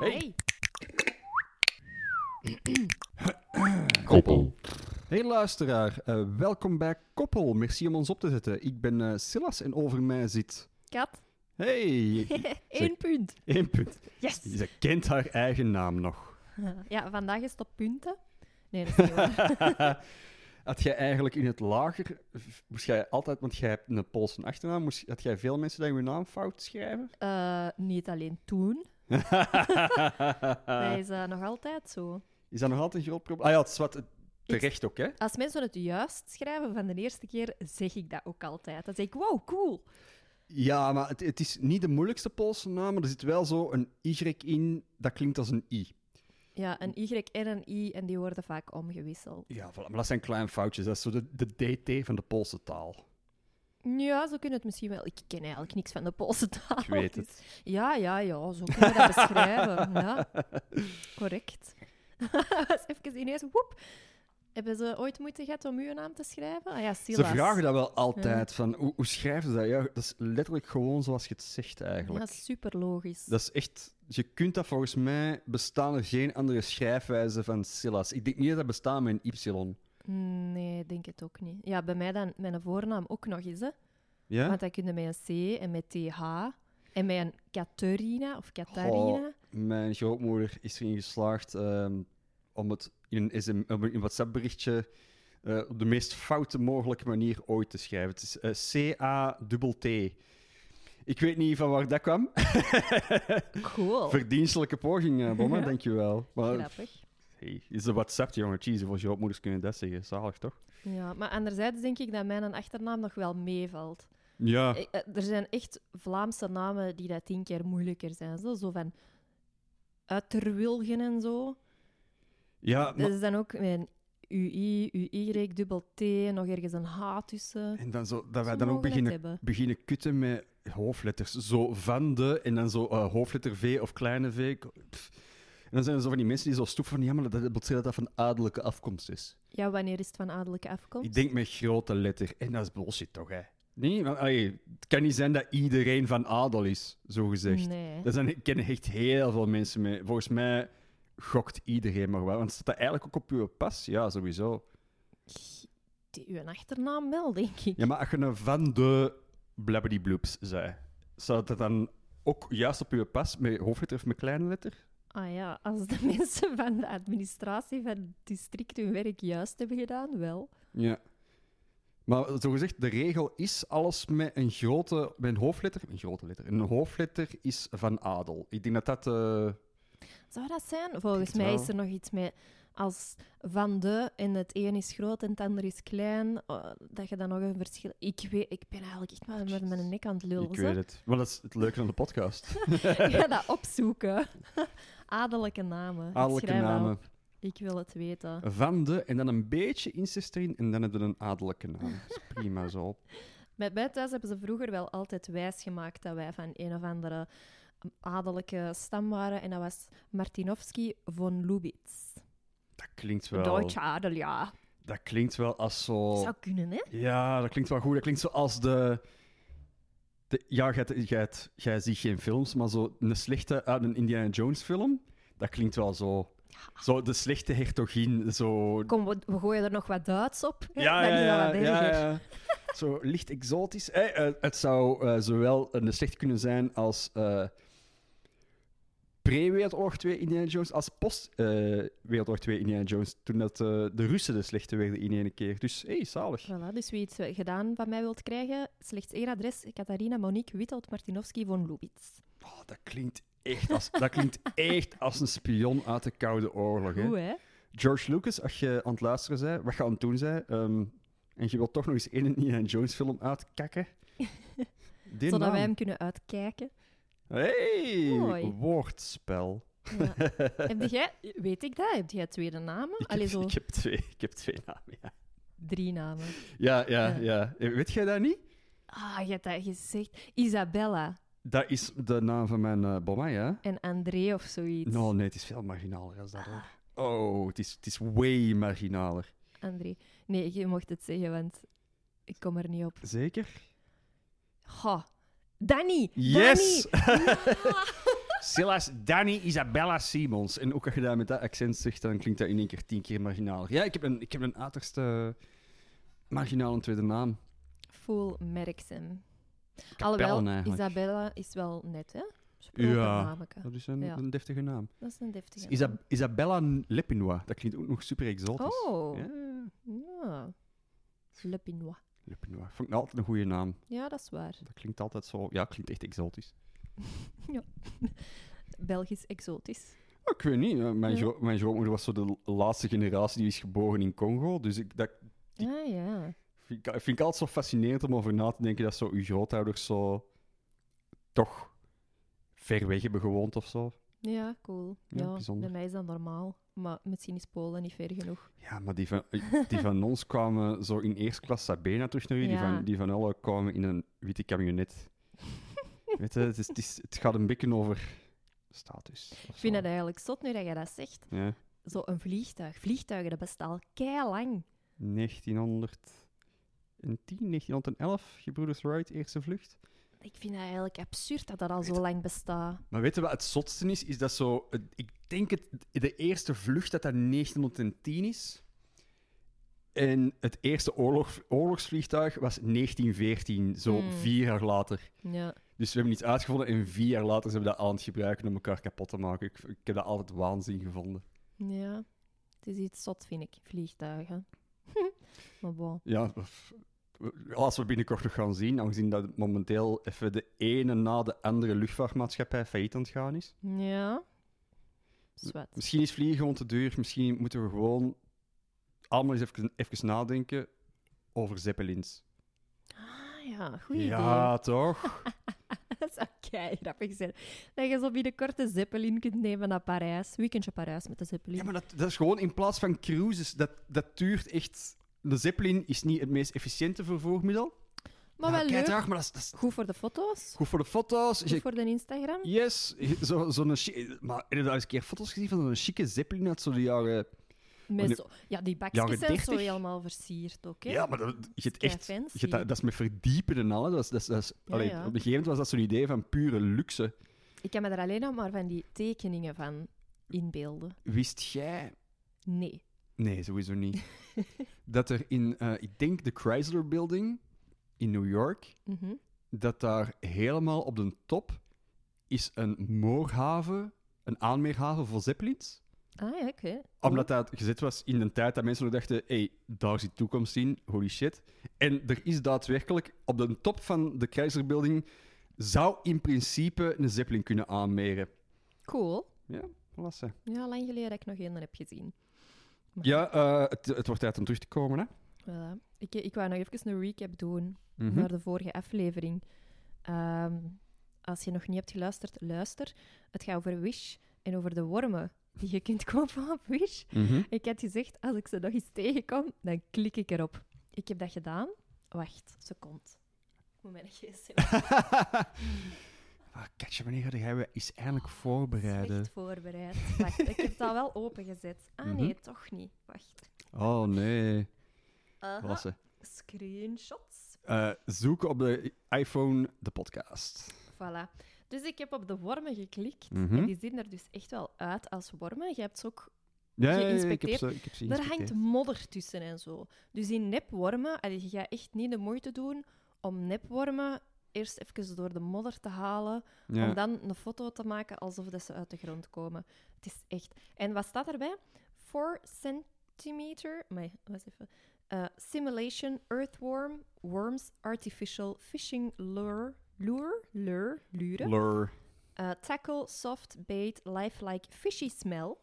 Hey. Koppel. Hey luisteraar, eh, welkom bij Koppel. Merci om ons op te zetten. Ik ben eh, Silas en over mij zit... Kat. Hey, Eén punt. één punt. Yes. Ze kent haar eigen naam nog. Ja, vandaag is het op punten. Nee, dat is niet waar. had jij eigenlijk in het lager, moest jij altijd, want jij hebt een Poolse achternaam, moest, had jij veel mensen die je naam fout schrijven? Eh, niet alleen toen. Dat is eh, nog altijd zo. is dat nog altijd een groot probleem? Ah ja, het is wat terecht ook, hè? Als mensen het juist schrijven van de eerste keer, zeg ik dat ook altijd. Dan zeg ik, wow, cool. Ja, maar het, het is niet de moeilijkste Poolse naam, maar er zit wel zo een Y in, dat klinkt als een I. Ja, een Y en een I, en die worden vaak omgewisseld. Ja, voilà, maar dat zijn kleine foutjes. Dat is zo de, de DT van de Poolse taal. Ja, zo kunnen het misschien wel. Ik ken eigenlijk niks van de Poolse taal. Ik weet dus- het. Ja, ja, ja, zo kunnen we dat beschrijven. Ja, correct. Was even ineens, woep. Hebben ze ooit moeite gehad om uw naam te schrijven? Ah ja, Silas. Ze vragen dat wel altijd, van hoe, hoe schrijven ze dat? Ja, dat is letterlijk gewoon zoals je het zegt eigenlijk. Dat is super logisch. Dat is echt... Je kunt dat volgens mij... Bestaan er geen andere schrijfwijze van Silas. Ik denk niet dat dat bestaat met een Y. Nee, ik denk het ook niet. Ja, bij mij dan mijn voornaam ook nog eens, hè. Ja? Want dan kun je met een C en met TH en met een Katerina of Katarina. Goh, mijn grootmoeder is erin geslaagd ehm, om het in een, SM om een WhatsApp-berichtje eh, op de meest foute mogelijke manier ooit te schrijven. Het is eh, C-A-T-T. Ik weet niet van waar dat kwam. Cool. Oh. Verdienstelijke poging, eh, Bomma, Ja. dankjewel. Maar Grappig. hey, is de WhatsApp, jongen. Jeez, voor grootmoeders kunnen dat zeggen. Zalig, toch? Ja, maar anderzijds denk ik dat mijn achternaam nog wel meevalt. Ja. Ik- eh, Er zijn echt Vlaamse namen die dat tien keer moeilijker zijn. Zo, zo van Uiterwilgen en zo. ja Dat is dan ook met een UI, UY, dubbel T, nog ergens een H tussen. En dan zo, dat wij Ze dan mogen ook dat beginnen, hebben. beginnen kutten met hoofdletters. Zo van de en dan zo eh, hoofdletter V of kleine V. Pff. En dan zijn er zo van die mensen die zo stoeven van ja, maar dat wil zeggen dat dat van adellijke afkomst is. Ja, wanneer is het van adellijke afkomst? Ik denk met grote letter. En dat is bullshit toch, hè? Nee, want allee, het kan niet zijn dat iedereen van adel is, zo gezegd. Nee. Dat zijn, ik ken echt heel veel mensen mee. Volgens mij gokt iedereen maar wel. Want staat dat eigenlijk ook op uw pas? Ja, sowieso. Die- Uw achternaam wel, denk ik. Ja, maar als je een van de blabberdybloeps zei, zou dat dan ook juist op je pas met hoofdletter of met kleine letter? Ah ja, als de mensen van de administratie van het district hun werk juist hebben gedaan, wel. Ja. Maar zogezegd, de regel is alles met een grote, met een hoofdletter, een grote letter, een hoofdletter is van adel. Ik denk dat dat... eh, Zou dat zijn? Volgens het mij wel. is er nog iets met als van de en het een is groot en het ander is klein, eh, dat je dan nog een verschil... Ik, weet, ik ben eigenlijk echt maar met mijn nek aan het lullen. ik hè. weet het. Maar dat is het leuke van de podcast. Ik ga dat opzoeken. Adellijke namen. Ik Adellijke schrijf dat namen. op. Ik wil het weten. Van de, en dan een beetje incest erin, en dan hebben we een adellijke naam. Dat is prima zo. Met mij thuis hebben ze vroeger wel altijd wijsgemaakt dat wij van een of andere adellijke stam waren. En dat was Martinovski von Lubitz. Dat klinkt Een wel... Duitse adel, ja. Dat klinkt wel als zo... Zou kunnen, hè? Ja, dat klinkt wel goed. Dat klinkt zoals de. de ja, jij- jij jij ziet geen films, maar zo een slechte uit een Indiana Jones film. Dat klinkt wel zo. Zo de slechte hertogin. Zo. Kom, we, we gooien er nog wat Duits op. hè? Ja, Dan ja, is dat ja, wat ja, erger. ja. Zo licht exotisch. Eh, eh, het zou eh, zowel een slechte kunnen zijn als. eh Pre-Wereldoorlog 2 Indiana Jones als post-Wereldoorlog 2 Indiana Jones. Toen dat, eh, de Russen de slechte werden in één keer. Dus hé, hey, zalig. Voilà, dus wie iets eh, gedaan van mij wilt krijgen, slechts één adres, Catharina Monique Witold Martinovski von Lubitz. Oh, dat klinkt echt als, dat klinkt echt als een spion uit de Koude Oorlog. Hè? Goed, hè? George Lucas, als je aan het luisteren zei, wat je aan het doen zei, ehm, en je wilt toch nog eens één Indiana Jones film uitkakken. Die Zodat naam. wij hem kunnen uitkijken. Hey, Mooi. woordspel. Ja. heb jij, weet ik dat, heb jij tweede namen? Ik Allee, heb, zo ik, heb twee, ik heb twee namen, ja. drie namen. Ja, ja, ja. Eh, Weet jij dat niet? Ah, je hebt dat gezegd. Isabella Dat is de naam van mijn eh bomma, ja. en André of zoiets. No, nee, het is veel marginaler als dat, Ah. hoor. Oh, het is, het is way marginaler. André. Nee, je mocht het zeggen, want ik kom er niet op. Zeker? Ha. Danny! Yes! Danny! Ja! Silas Danny Isabella Simons. En ook als je dat met dat accent zegt, dan klinkt dat in één keer tien keer marginaler. Ja, ik heb een, ik heb een uiterste marginale tweede naam. Full Merksen. Capellen Alhoewel, eigenlijk. Isabella is wel net, hè? Ja. Ja. Dat is een, Ja. een deftige naam. Dat is een deftige Isa- Isabella Lepinois. Dat klinkt ook nog super naam. exotisch. Oh, ja. Ja, Le Pinois. Lepinois. Vond ik nou altijd een goede naam. Ja, dat is waar. Dat klinkt altijd zo... Ja, klinkt echt exotisch. Belgisch exotisch. Ik weet niet. eh, Mijn, Ja. gro- mijn grootmoeder was zo de laatste generatie die is geboren in Congo. Dus ik, dat Die- Ah ja. vind, ik, vind ik altijd zo fascinerend om over na te denken dat zo uw grootouders zo... toch ver weg hebben gewoond of zo. Ja, cool. Ja, Ja, bijzonder. bij mij is dat normaal. Maar misschien is Polen niet ver genoeg. Ja, maar die van, die van ons kwamen zo in eerste klas Sabena terug naar u. Die, Ja. van, die van alle kwamen in een witte camionet. Weet je, het, is, het, is- het gaat een beetje over status. Ik vind dat eigenlijk zot nu dat je dat zegt. Ja, Zo'n vliegtuig. Vliegtuigen, dat bestaan al lang. 1910, 1911, Gebroeders Wright, eerste vlucht. Ik vind dat eigenlijk absurd dat dat al Weet- zo lang bestaat. Maar weet je wat het zotste is? Is dat zo... het- Ik denk het, de eerste vlucht dat dat 1910 is. En het eerste oorlog, oorlogsvliegtuig was 1914, zo Hmm. vier jaar later. Ja. Dus we hebben iets uitgevonden en vier jaar later zijn we dat aan het gebruiken om elkaar kapot te maken. Ik, ik heb dat altijd waanzin gevonden. ja. Het is iets zot, vind ik. Vliegtuigen. maar bon. Ja, f- als we binnenkort nog gaan zien, aangezien dat momenteel even de ene na de andere luchtvaartmaatschappij failliet aan het gaan is. Ja. Zwet. Misschien is vliegen gewoon te duur, misschien moeten we gewoon allemaal eens even, even nadenken over zeppelins. Ah ja, goeie idee. ja, toch? Dat zou kei grappig zijn. Dat je zo binnenkort de Zeppelin kunt nemen naar Parijs. Weekendje Parijs met de Zeppelin. Ja, maar dat, dat is gewoon in plaats van cruises, dat, dat duurt echt... De zeppelin is niet het meest efficiënte vervoermiddel. Maar wel kei leuk. traag, maar dat is- dat is Goed voor de foto's. Goed voor de foto's. Goed voor de Instagram. Yes, zo- zo'n chique... Maar heb je daar eens een keer foto's gezien van zo'n chique Zeppelin uit zo'n jaren... Met nu- zo- ja, die bakjes Jaren zijn 30? zo helemaal versierd ook. Hè? Ja, maar dat, je hebt kei echt... Je fancy. hebt dat, dat is met verdiepen en al. hè. Dat is, dat is, dat is- Ja, allee, ja. Op een gegeven moment was dat zo'n idee van pure luxe. Ik kan me er alleen nog maar van die tekeningen van inbeelden. Wist jij... Nee. Nee, sowieso niet. dat er in, eh, ik denk, de Chrysler Building in New York, Mhm. dat daar helemaal op de top is een moorhaven, een aanmeerhaven voor Zeppelins. Ah ja, oké. Omdat dat gezet was in een tijd dat mensen nog dachten: hé, hey, daar zit toekomst in, holy shit. En er is daadwerkelijk op de top van de Chrysler Building zou in principe een Zeppelin kunnen aanmeren. Cool. Lassen. Ja, lang geleden dat ik nog één heb gezien. Ja, eh, het, het wordt tijd om terug te komen, hè? Voilà. Ik, ik wou nog even een recap doen. Mhm. naar de vorige aflevering. Ehm, als je nog niet hebt geluisterd, luister. Het gaat over Wish en over de wormen die je kunt kopen op Wish. Mhm. Ik had gezegd, als ik ze nog eens tegenkom, dan klik ik erop. Ik heb dat gedaan. Wacht, ze komt. Ik moet mijn gsm Ah, Katja, wanneer ga jij we eens eindelijk echt voorbereiden? voorbereid. Wacht, ik heb het al wel opengezet. Ah Mhm. nee, toch niet. Wacht. Oh nee, Aha, Lassen. Screenshots. Eh, zoek op de iPhone de podcast. Voilà. Dus ik heb op de wormen geklikt. Mhm. En die zien er dus echt wel uit als wormen. Je hebt ze ook Ja, ja, ja, ik heb Geïnspecteerd. ze, ik heb ze Daar geïnspecteerd. hangt modder tussen en zo. Dus in nepwormen, allee, je gaat echt niet de moeite doen om nepwormen eerst even door de modder te halen, Ja. om dan een foto te maken alsof dat ze uit de grond komen. Het is echt... En wat staat erbij? 4 centimeter... Amai, was even... eh, simulation earthworm worms artificial fishing lure... Lure? Lure? Luren? Lure. Eh, tackle, soft, bait, lifelike fishy smell.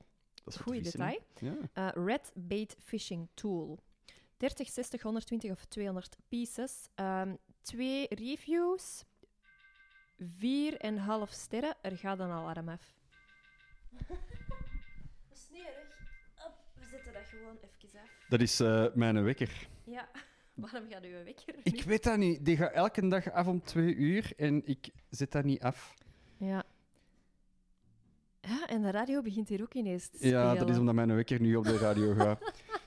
Dat is Goeie wat te vissen, detail. hè? Ja. Eh, Red Bait Fishing Tool. 30, 60, 120 of 200 pieces. Ehm, twee reviews. 4,5 sterren. Er gaat een alarm af. Sneerig. Op, we zetten dat gewoon even af. Dat is eh, mijn wekker. Ja, waarom gaat uw wekker nu? Ik weet dat niet. Die gaat elke dag af om twee uur en ik zet dat niet af. Ja. Ja, en de radio begint hier ook ineens te Ja, dat is spelen. omdat mijn wekker nu op de radio gaat.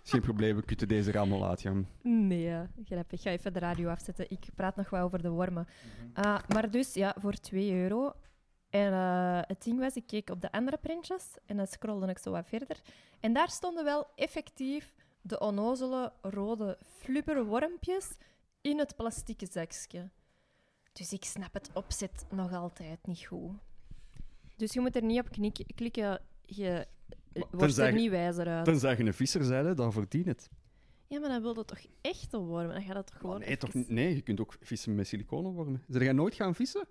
Is geen probleem, we kutten deze er allemaal uit, Jan. Nee, eh, grappig. Ik ga even de Mhm. radio afzetten. Ik praat nog wel over de wormen. Ah, maar dus, ja, voor 2 euro En eh, het ding was, ik keek op de andere printjes en dan scrolde ik zo wat verder. En daar stonden wel effectief de onnozele rode flubberwormpjes in het plastieke zakje. Dus ik snap het opzet nog altijd niet goed. Dus je moet er niet op knik- klikken, je eh, Maar wordt tenzij- er niet wijzer uit. Tenzij je een visser zijde, dan verdien het. Ja, maar dan wil dat toch echt een worm? Dan gaat dat toch gewoon... Oh, nee, toch, even- niet? nee, je kunt ook vissen met siliconenwormen. Zijn jij nooit gaan vissen?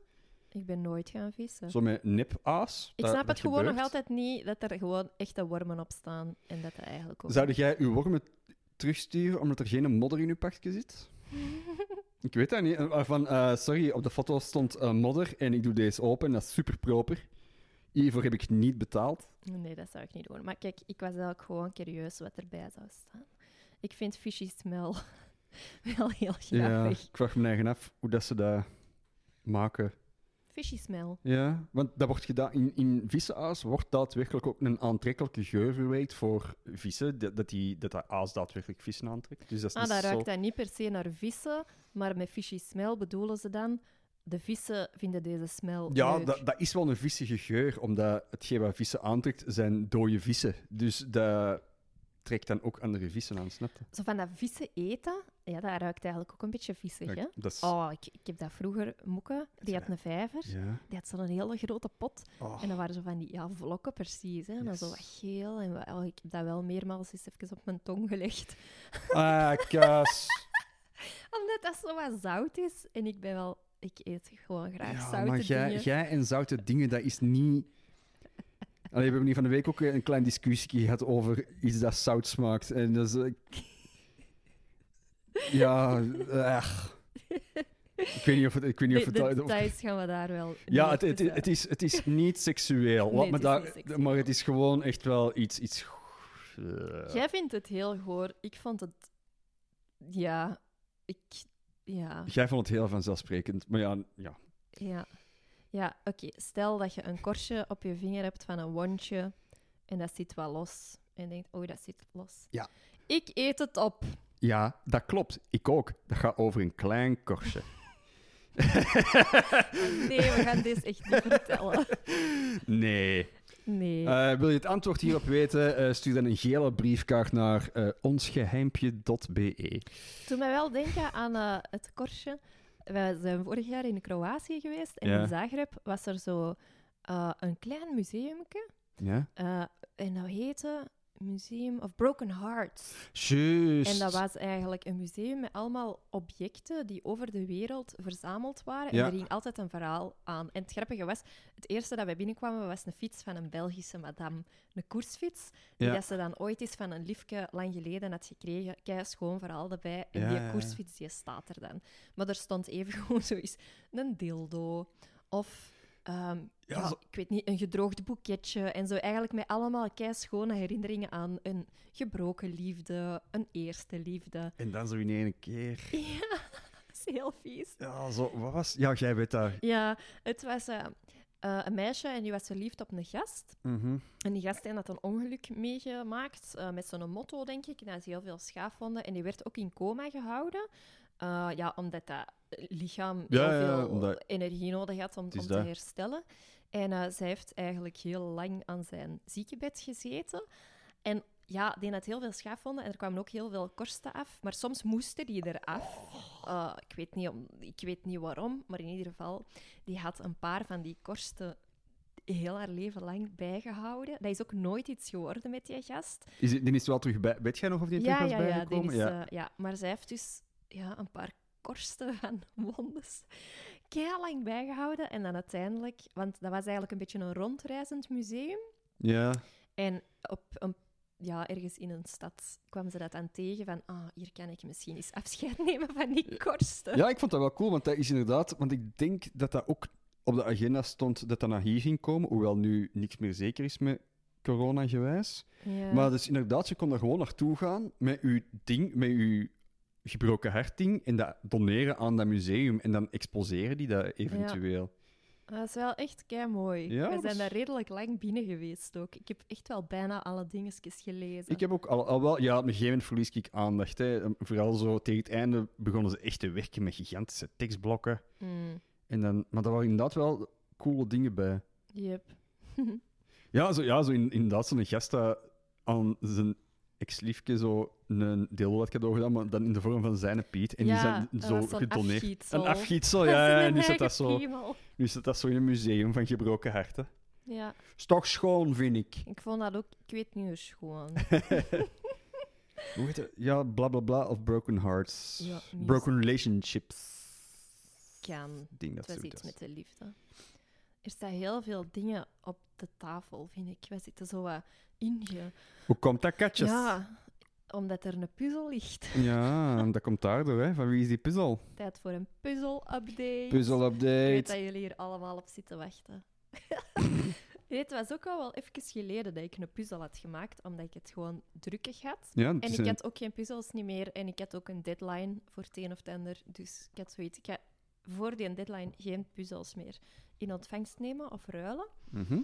Ik ben nooit gaan vissen. Zo met nep-aas? ik Dat- snap dat het gewoon gebeurt. nog altijd niet dat er gewoon echte wormen op staan en dat er eigenlijk ook... Zou jij uw wormen terugsturen omdat er geen modder in uw pakje zit? ik weet dat niet. Eh, Van, eh, sorry, op de foto stond eh, modder en ik doe deze open en dat is super proper. Hiervoor heb ik niet betaald. Nee, dat zou ik niet doen. Maar kijk, ik was eigenlijk gewoon curieus wat erbij zou staan. Ik vind fishy smell wel heel grappig. ik vraag me eigen af hoe dat ze dat maken. Fishy smell. Ja, want dat wordt gedaan, in, in vissenaas wordt daadwerkelijk ook een aantrekkelijke geur verweekt voor vissen, dat dat, die, dat, dat aas daadwerkelijk vissen aantrekt. Dus dat is Ah, niet dat zo... ruikt dan niet per se naar vissen, maar met fishy smell bedoelen ze dan... De vissen vinden deze smell Ja, leuk. dat, dat is wel een vissige geur, omdat hetgeen wat vissen aantrekt, zijn dode vissen. Dus dat trekt dan ook andere vissen aan, snap je? Zo van dat vissen eten, ja, dat ruikt eigenlijk ook een beetje vissig, hè? Dat is... Oh, ik, ik heb dat vroeger, Moeke, die had een vijver. Ja. Die had zo'n hele grote pot. Oh. En dan waren zo van die ja, vlokken precies. Hè. En dan zo wat Yes. geel. En wat- oh, ik heb dat wel meermaals eens even op mijn tong gelegd. Ah, kaas. Omdat dat zo wat zout is. En ik ben wel... Ik eet gewoon graag Ja, zoute maar jij, dingen. jij en zoute dingen, dat is niet... Allee, we hebben hier van de week ook een klein discussie gehad over iets dat zout smaakt. En dat is... eh, Ja, eh, echt. Ik weet niet of het... Ik weet niet of De, het de of- details gaan we daar wel... Ja, niet het, het, tussen. het, is, het is niet seksueel. eh. Nee, het laat me is daar- niet seksueel. Maar het is gewoon echt wel iets. iets... eh, Jij vindt het heel goor. Ik vond het... Ja, ik... Ja, Jij vond het heel vanzelfsprekend. Maar ja, ja. ja. Ja, oké. Stel dat je een korstje op je vinger hebt van een wondje. En dat zit wel los. En je denkt, oei, dat zit los. Ja. Ik eet het op. ja, dat klopt. Ik ook. Dat gaat over een klein korstje. Ah, Nee, we gaan deze echt niet vertellen. Nee. Nee. Eh, wil je het antwoord hierop weten? Eh, stuur dan een gele briefkaart naar eh, onsgeheimpje.be. Het doet mij wel denken aan eh, het korstje. We zijn vorig jaar in Kroatië geweest. En Ja. in Zagreb was er zo eh, een klein museumke. Ja? eh, en dat heette Museum of Broken Hearts. Juist. En dat was eigenlijk een museum met allemaal objecten die over de wereld verzameld waren. Ja. En er hing altijd een verhaal aan. En het grappige was, het eerste dat wij binnenkwamen was een fiets van een Belgische madame. Een koersfiets, die Ja. dat ze dan ooit eens van een liefke lang geleden had gekregen. Kei schoon verhaal erbij. En Ja, ja, ja. die koersfiets, die staat er dan. Maar er stond evengoed zoiets, een dildo of... ehm, Ja, ja, zo- ik weet niet, een gedroogd boeketje en zo. Eigenlijk met allemaal kei schone herinneringen aan een gebroken liefde, een eerste liefde. En dan zo in één keer. Ja, dat is heel vies. Ja, zo, wat was... Ja, jij weet dat. Ja, het was eh, eh, een meisje en die was verliefd op een gast. Mhm. En die gast die had een ongeluk meegemaakt eh, met zo'n motto, denk ik. En hij had heel veel schaafwonden en die werd ook in coma gehouden. Eh, ja, omdat dat lichaam Ja, heel ja, ja, veel omdat- eh, energie nodig had om, is om te dat. herstellen. En eh, zij heeft eigenlijk heel lang aan zijn ziekenbed gezeten. En ja, die had heel veel schaafwonden en er kwamen ook heel veel korsten af. Maar soms moesten die eraf. Eh, ik, weet niet om, ik weet niet waarom, maar in ieder geval, die had een paar van die korsten heel haar leven lang bijgehouden. Dat is ook nooit iets geworden met die gast. Is, die die is wel terug bij... Weet jij nog of die terug ja, was ja, ja, die bijgekomen? is, eh, ja. Maar zij heeft dus ja, een paar korsten van wondes keihard lang bijgehouden. En dan uiteindelijk, want dat was eigenlijk een beetje een rondreizend museum. ja. En op een, ja, ergens in een stad kwam ze dat aan tegen van ah, hier kan ik misschien eens afscheid nemen van die korsten. Ja, ik vond dat wel cool, want dat is inderdaad... Want ik denk dat dat ook op de agenda stond dat dat naar hier ging komen, hoewel nu niks meer zeker is met corona-gewijs. Ja. Maar dus inderdaad, je kon daar gewoon naartoe gaan met je ding, met je gebroken harting en dat doneren aan dat museum en dan exposeren die dat eventueel. Ah, Dat is wel echt kei mooi. Ja, We dat zijn is- daar redelijk lang binnen geweest ook. Ik heb echt wel bijna alle dingetjes gelezen. Ik heb ook al, al wel... Ja, op een gegeven moment verlies ik aandacht. Hè. Ehm, Vooral zo tegen het einde begonnen ze echt te werken met gigantische tekstblokken. Hmm. En dan, maar daar waren inderdaad wel coole dingen bij. Yep. Ja, zo, ja, zo in, inderdaad, zo'n gast dat aan zijn ex-liefje zo een deelblad cadeau gedaan, maar dan in de vorm van zijn Piet. En die zijn zo gedoneerd. Een afgietsel, Oh, ja. ja en nu zit, dat zo, nu zit dat zo in een museum van gebroken harten. Ja, Is toch schoon, vind ik. ik vond dat ook, ik weet niet dus hoe schoon. Hoe heet het? Ja, bla bla bla of broken hearts. Ja, niet broken relationships. Kan. Ik denk dat Het was zoiets iets is. met de liefde. Er staan heel veel dingen op de tafel, vind ik. Wij zitten zo wat inge... Hoe komt dat, katjes? Ja, omdat er een puzzel ligt. Ja, dat komt daardoor, hè. Van wie is die puzzel? Tijd voor een puzzel-update. Ik weet dat update. jullie hier allemaal op zitten wachten. Je weet, het was ook al wel even geleden dat ik een puzzel had gemaakt, omdat ik het gewoon drukkig had. Ja, het En is ik een- had ook geen puzzels niet meer en ik had ook een deadline voor het een of het ander. Dus ik had zoiets, ik ga voor die deadline geen puzzels meer in ontvangst nemen of ruilen. Mhm.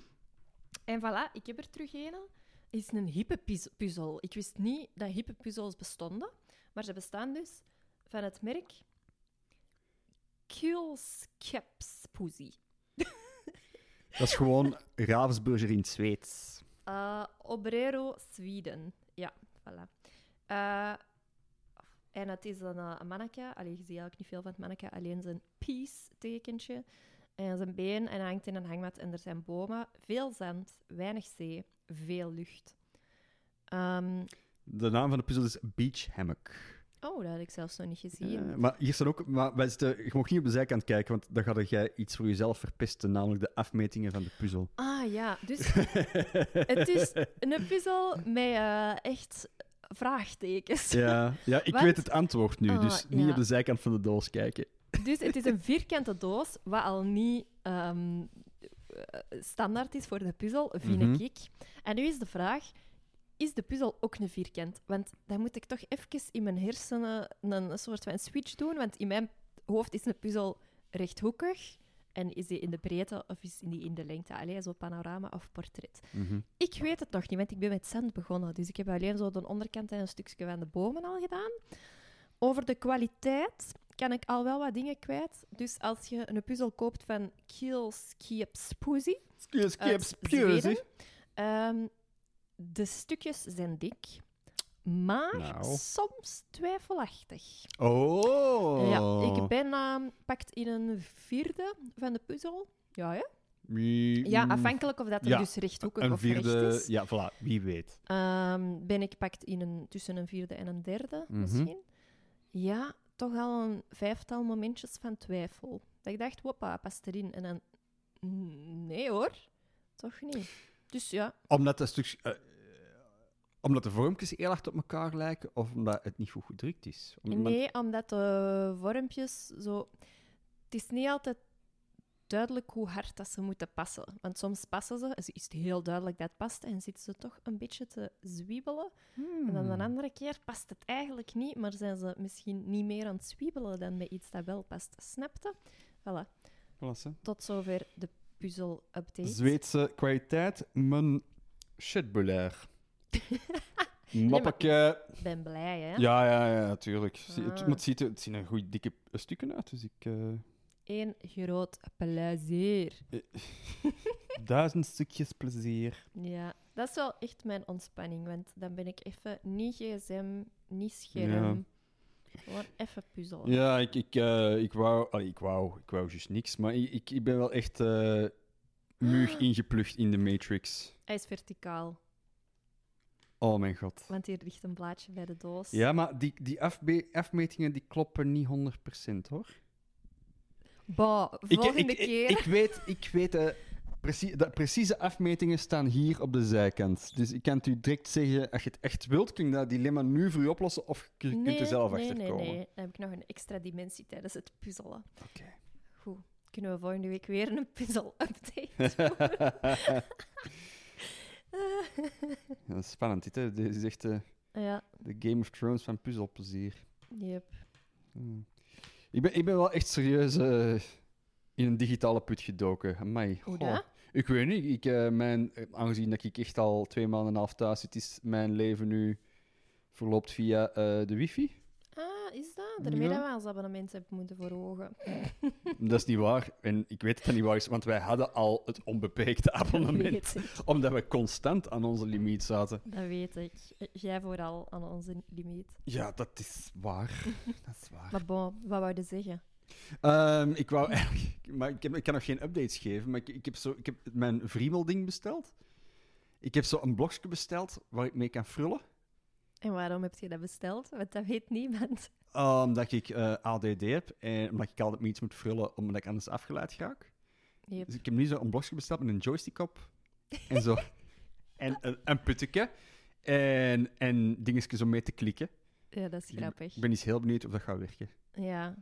En voilà, ik heb er terug een. Het is een hippe puz- puzzel. Ik wist niet dat hippe puzzels bestonden, maar ze bestaan dus van het merk Kulskepspoesie. Dat is gewoon Ravensburger in het Zweeds. Eh Obrero Sweden. Ja, voilà. Eh, en het is een, eh, een manneke. Allee, je ziet eigenlijk niet veel van het manneke. Alleen zijn peace-tekentje. En zijn been. En hij hangt in een hangmat. En er zijn bomen. Veel zand. Weinig zee. Veel lucht. Ehm, De naam van de puzzel is Beach Hammock. oh, dat had ik zelfs nog niet gezien. Eh, maar hier staan ook... Maar wij zitten, je mocht niet op de zijkant kijken, want dan ga jij iets voor jezelf verpesten, namelijk de afmetingen van de puzzel. Ah ja, dus het is een puzzel met eh, echt vraagtekens. Ja, ja ik Want- weet het antwoord nu, Ah, dus niet ja. op de zijkant van de doos kijken. Dus het is een vierkante doos, wat al niet ehm, eh, standaard is voor de puzzel, vind Mhm. ik. En nu is de vraag, is de puzzel ook een vierkant? Want dan moet ik toch even in mijn hersenen een soort van switch doen, want in mijn hoofd is een puzzel rechthoekig. En is die in de breedte of is die in de lengte? Allee, zo panorama of portret. Mhm. Ik weet het nog niet, want ik ben met zand begonnen. Dus ik heb alleen zo de onderkant en een stukje van de bomen al gedaan. Over de kwaliteit kan ik al wel wat dingen kwijt. Dus als je een puzzel koopt van Kielskiepspoesie Skip, skip, uit Zweden, spuren, zeg. ehm, de stukjes zijn dik, maar Nou. soms twijfelachtig. Oh. Ja, ik ben ehm, pakt in een vierde van de puzzel. Ja, hè? Wie- ja mm, afhankelijk of dat er Ja, dus rechthoekig Een of vierde... recht is. Ja, voilà. Wie weet. Ehm, ben ik pakt in een, tussen een vierde en een derde Mhm. misschien. Ja, toch al een vijftal momentjes van twijfel. Dat ik dacht, woppa, past erin. En dan, "Mm, nee hoor, toch niet. Dus ja, Omdat dat stuk... eh, omdat de vormpjes heel hard op elkaar lijken, of omdat het niet goed gedrukt is? Om- nee, omdat de vormpjes zo... Het is niet altijd duidelijk hoe hard dat ze moeten passen. Want soms passen ze, is het heel duidelijk dat het past, en zitten ze toch een beetje te zwiebelen. En Hmm. Hmm. dan de andere keer past het eigenlijk niet, maar zijn ze misschien niet meer aan het zwiebelen dan bij iets dat wel past. Snapte? Voilà. Voilà, hè. Tot zover de puzzel-update. Zweedse kwaliteit, mijn shitbulair. Mappeke. Ik ben blij, hè? Ja, ja, ja, natuurlijk. Zie- Het, Ah. maar het ziet, er- het zien er goed dikke stukken uit, dus ik... eh, Eén groot plezier. duizend stukjes plezier. Ja, dat is wel echt mijn ontspanning, want dan ben ik even niet gsm, niet scherm. Gewoon even puzzelen. Ja, ik, ik, eh, ik wou... allee, ik wou, ik wou juist niks, maar ik, ik, ik ben wel echt eh Ah. muug ingeplucht in de Matrix. Hij is verticaal, Oh mijn god. want hier ligt een blaadje bij de doos. Ja, maar die, die afbe- afmetingen die kloppen niet 100% hoor. Bah, Ik, volgende ik, ik- keer. Ik, weet, ik weet eh, precie- dat precieze afmetingen staan hier op de zijkant. Dus ik kan het u direct zeggen, als je het echt wilt, kun je dat dilemma nu voor je oplossen of je kunt er zelf nee, achter nee, komen. nee. Dan heb ik nog een extra dimensie tijdens het puzzelen. Oké. Goed. Kunnen we volgende week weer een puzzel-update? Ja, dat is spannend, dit, hè? Dit is echt eh, ja, de Game of Thrones van puzzelplezier. yep. Hmm. Ik, ben, ik ben wel echt serieus eh, in een digitale put gedoken. Amai. Hoe Goh. dat? Ik weet niet. Ik, eh, mijn, eh, aangezien dat ik echt al twee maanden en een half thuis zit, is mijn leven nu verloopt via eh, de wifi. Ah, is dat? daarmee Ja. dat wij ons abonnement hebben moeten verhogen. Dat is niet waar. En ik weet dat dat niet waar is, want wij hadden al het onbeperkte Dat abonnement. weet ik. Omdat we constant aan onze limiet zaten. Dat weet ik. Jij vooral aan onze limiet. Ja, dat is waar. Dat is waar. Maar bon, wat wou je zeggen? Ehm, ik wou eigenlijk... Maar ik, heb, ik kan nog geen updates geven, maar ik, ik heb, zo, ik heb mijn Vriemel-ding besteld. Ik heb zo een blogje besteld waar ik mee kan frullen. En waarom heb je dat besteld? Want dat weet niemand. Omdat ik eh, ADD heb en omdat ik altijd met iets moet frullen, omdat ik anders afgeleid raak. Yep. Dus ik heb nu zo'n blokje besteld met een joystick op. En zo. en een, een putteke. En, en dingetjes om mee te klikken. Ja, dat is grappig. Ik ben eens heel benieuwd of dat gaat werken. Ja.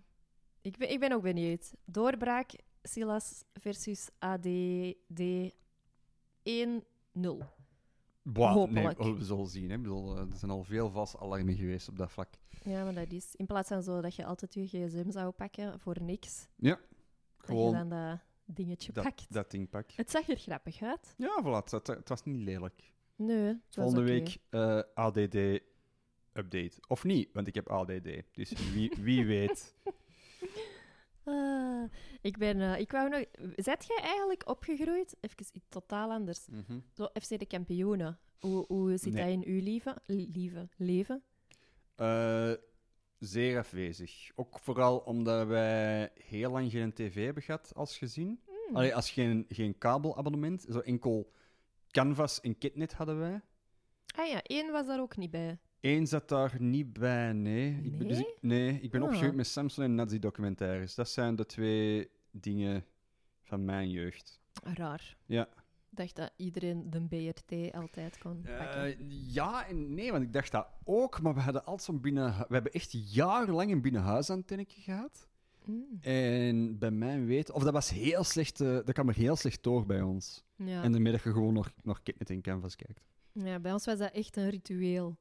Ik ben, ik ben ook benieuwd. Doorbraak Silas versus ADD 1-0. Wow, nee, Hopelijk. oh, we zullen zien. Hè. Ik bedoel, eh, er zijn al veel vast alarmen geweest op dat vlak. Ja, maar dat is... In plaats van zo dat je altijd je gsm zou pakken voor niks, dat je Gewoon dan dat dingetje dat, pakt. dat ding pak. Het zag er grappig uit. Ja, voilà, het, het was niet lelijk. Nee, het was Volgende oké. week eh, ADD update. Of niet, want ik heb ADD. Dus wie, wie weet. Ah, ik ben... eh, ik wou nog... Zet jij eigenlijk opgegroeid? Even iets totaal anders. Mhm. Zo FC de kampioenen. Hoe, hoe zit Nee. dat in uw leven? Lieve, leven? Eh, zeer afwezig. Ook vooral omdat wij heel lang geen tv hebben gehad als gezin. Hmm. Allee, als geen, geen kabelabonnement. Zo enkel Canvas en Kitnet hadden wij. Ah ja, één was daar ook niet bij. Eén zat daar niet bij, nee. Ik ben, dus Nee? ik, nee, ik ben Ah. opgegroeid met Samson en Nazi-documentaires. Dat zijn de twee dingen van mijn jeugd. Raar. Ja. Ik dacht dat iedereen de BRT altijd kon pakken. Eh, ja en nee, want ik dacht dat ook. Maar we hadden altijd zo'n binnen... We hebben echt jarenlang een binnenhuisantennetje gehad. Mm. En bij mijn weten, of dat was heel slecht, eh, dat kwam er heel slecht door bij ons. Ja. En de middag je gewoon nog, nog Kidnet in Canvas kijkt. ja, bij ons was dat echt een ritueel.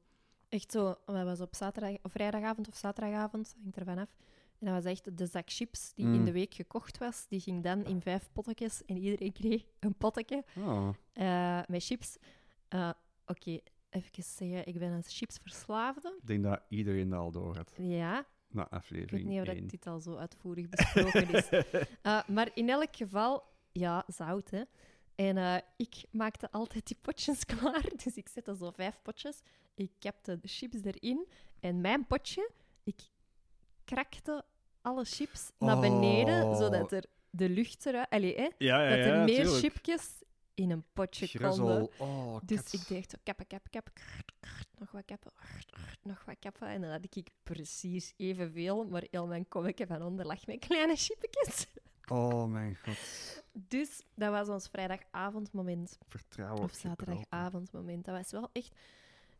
Echt zo, dat was op zaterdag, of vrijdagavond of zaterdagavond, hangt er vanaf. En dat was echt de zak chips die in Mm. de week gekocht was. Die ging dan in vijf pottekjes en iedereen kreeg een pottetje Oh. eh, met chips. Eh, Oké, even zeggen, ik ben een chipsverslaafde. Ik denk dat iedereen dat al door had. Ja, Na Ik weet aflevering niet of dat 1. dit al zo uitvoerig besproken is. Eh, maar in elk geval, ja, zout, hè. En eh, ik maakte altijd die potjes klaar. Dus ik zette zo vijf potjes. Ik kapte de chips erin. En mijn potje, ik krakte alle chips naar beneden, Oh. zodat er de lucht eruit... Allee, hè, Ja, ja, dat er ja, meer tuurlijk. chipjes in een potje konden. Gruzzel. Oh, Dus kats. ik deed zo kappen, kappen, kappen, krrt, krrt, nog wat kappen, krrt, krrt, nog wat kappen. En dan had ik precies evenveel, maar heel mijn kommetje van onder lag met kleine chipjes. Oh, mijn god. Dus dat was ons vrijdagavondmoment, Vertrouwen. of zaterdagavondmoment. Dat was wel echt